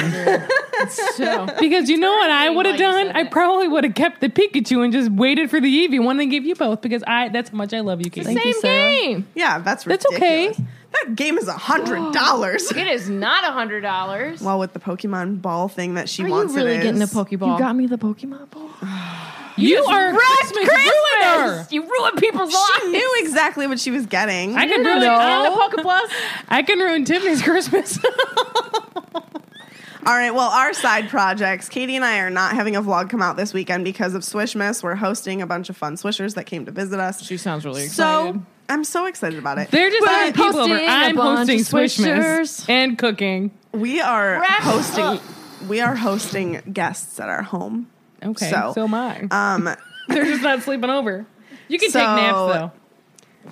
E: So
B: Because you know what I would have
E: while you
B: done?
E: said
B: I
E: it.
B: probably would have kept the Pikachu and just waited for the Eevee one and gave you both because I that's how much I love you, Katie.
E: thank you, Sarah.
A: game.
D: Yeah, that's
B: That's
D: ridiculous.
B: okay.
D: That game is a hundred dollars.
A: It is not a hundred dollars.
D: well, with the Pokemon ball thing that she
A: Are you
D: wants, it
A: really getting a
D: is.
A: Pokeball?
E: You got me the Pokemon ball.
B: You are a Christmas ruiner.
F: You ruined people's
D: She knew exactly what she was getting.
B: I can ruin
A: Got the Poke Plus.
B: I can ruin Tiffany's Christmas.
D: All right, well, our side projects. Katie and I are not having a vlog come out this weekend because of Swishmas. We're hosting a bunch of fun Swishers that came to visit us.
B: she sounds really
D: so I'm so excited about it.
B: They're just
E: We're
B: having people over.
E: posting a
B: I'm
E: bunch
B: hosting
E: of
B: Swishmas
E: Swishers.
B: and cooking.
D: We are
A: Wrap it
D: hosting.
A: up.
D: We are hosting guests at our home.
B: Okay,
D: So-
B: so, am I.
D: Um,
B: They're just not sleeping over. You can
D: So-
B: take naps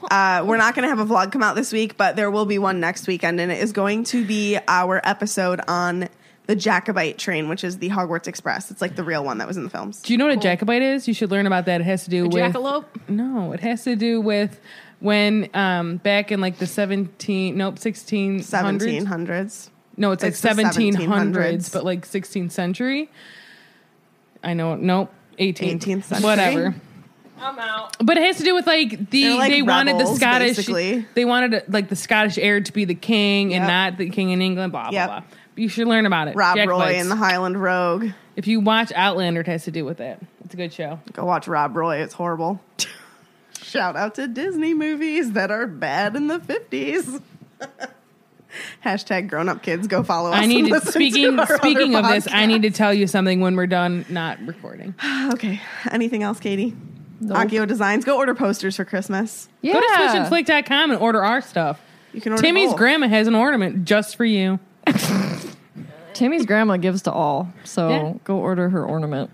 B: though.
D: uh, we're not going to have a vlog come out this week, but there will be one next weekend, and it is going to be our episode on the Jacobite train, which is the Hogwarts Express. It's like the real one that was in the films.
B: Do you know what a Jacobite is? You should learn about that. It has to do with
A: Jackalope.
B: No, it has to do with when um back in like the 17 nope 16
D: Seventeen hundreds.
B: No, it's like
D: It's the
B: 1700s,
D: 1700s.
B: but like 16th century. I know nope, 18th,
D: 18th century.
B: Whatever.
F: I'm out.
B: But it has to do with like the
D: They're like
B: they wanted the
D: rebels,
B: Scottish
D: basically.
B: they wanted like the Scottish heir to be the king and
D: Yep.
B: not the king in England blah blah
D: Yep.
B: blah. You should learn about it.
D: Rob
B: Jack
D: Roy
B: Bites.
D: and the Highland Rogue.
B: If you watch Outlander, it has to do with it. It's a good show.
D: Go watch Rob Roy. It's horrible. Shout out to Disney movies that are bad in the 50s. Hashtag grown up kids go follow us.
B: I
D: and
B: need to,
D: listen
B: speaking
D: to our
B: speaking of
D: other
B: this, I
D: podcasts.
B: need to tell you something when we're done not recording.
D: Okay. Anything else, Katie?
E: Nope.
D: Akio Designs. Go order posters for Christmas.
E: Yeah.
B: Go to switchandflick.com and order our stuff.
D: You can order
B: Timmy's
D: both.
B: grandma has an ornament just for you.
E: Tammy's grandma gives to all, so
B: Yeah.
E: go order her ornament.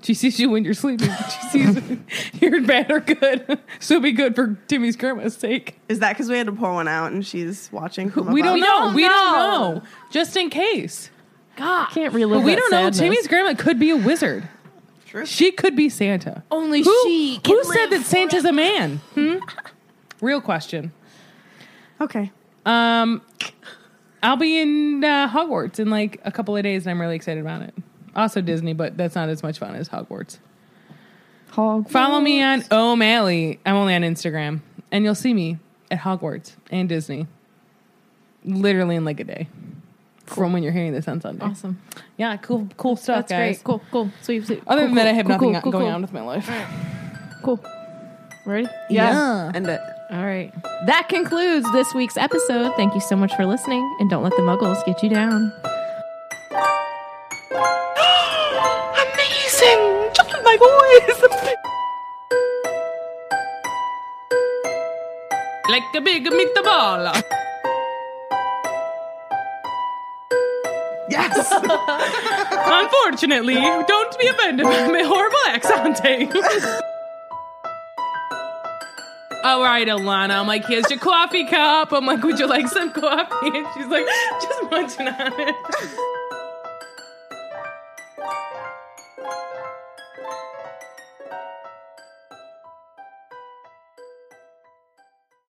B: She sees you when you're sleeping. She sees you're bad or good. So be good for Timmy's grandma's sake.
D: Is that because we had to pour one out and she's watching? From
B: We
D: above?
B: don't know.
A: don't
B: We
A: know.
B: don't know. Just in case.
A: God,
E: Can't relive.
B: We
E: that
B: don't know.
E: sadness.
B: Timmy's grandma could be a wizard.
D: True.
B: She could be Santa.
A: only
B: Who,
A: she. Can
B: who
A: live
B: said that Santa's a man? Hmm? Real question.
D: Okay.
B: Um, I'll be in uh, Hogwarts in like a couple of days, and I'm really excited about it. Also Disney, but that's not as much fun as Hogwarts.
E: Hog-
B: Follow me on O'Malley. I'm only on Instagram, and you'll see me at Hogwarts and Disney. Literally in like a day from when you're hearing this on Sunday.
A: Awesome.
B: Yeah, cool, cool stuff,
A: That's
B: guys.
A: great. Cool. Cool. Sweet. sweet.
B: Other
A: Cool,
B: than that, I
A: cool,
B: have
A: cool,
B: nothing
A: cool, cool,
B: going
A: cool.
B: on with my life.
A: Cool. Ready?
B: Yeah.
D: And it.
A: All right. That concludes this week's episode. Thank you so much for listening, and don't let the muggles get you down.
C: Amazing! Just like always!
B: Like a big meatball.
D: Yes.
B: Unfortunately, don't be offended by my horrible accent. All right, Alana. I'm like, here's your coffee cup. I'm like, would you like some coffee? And she's like, just munching on it.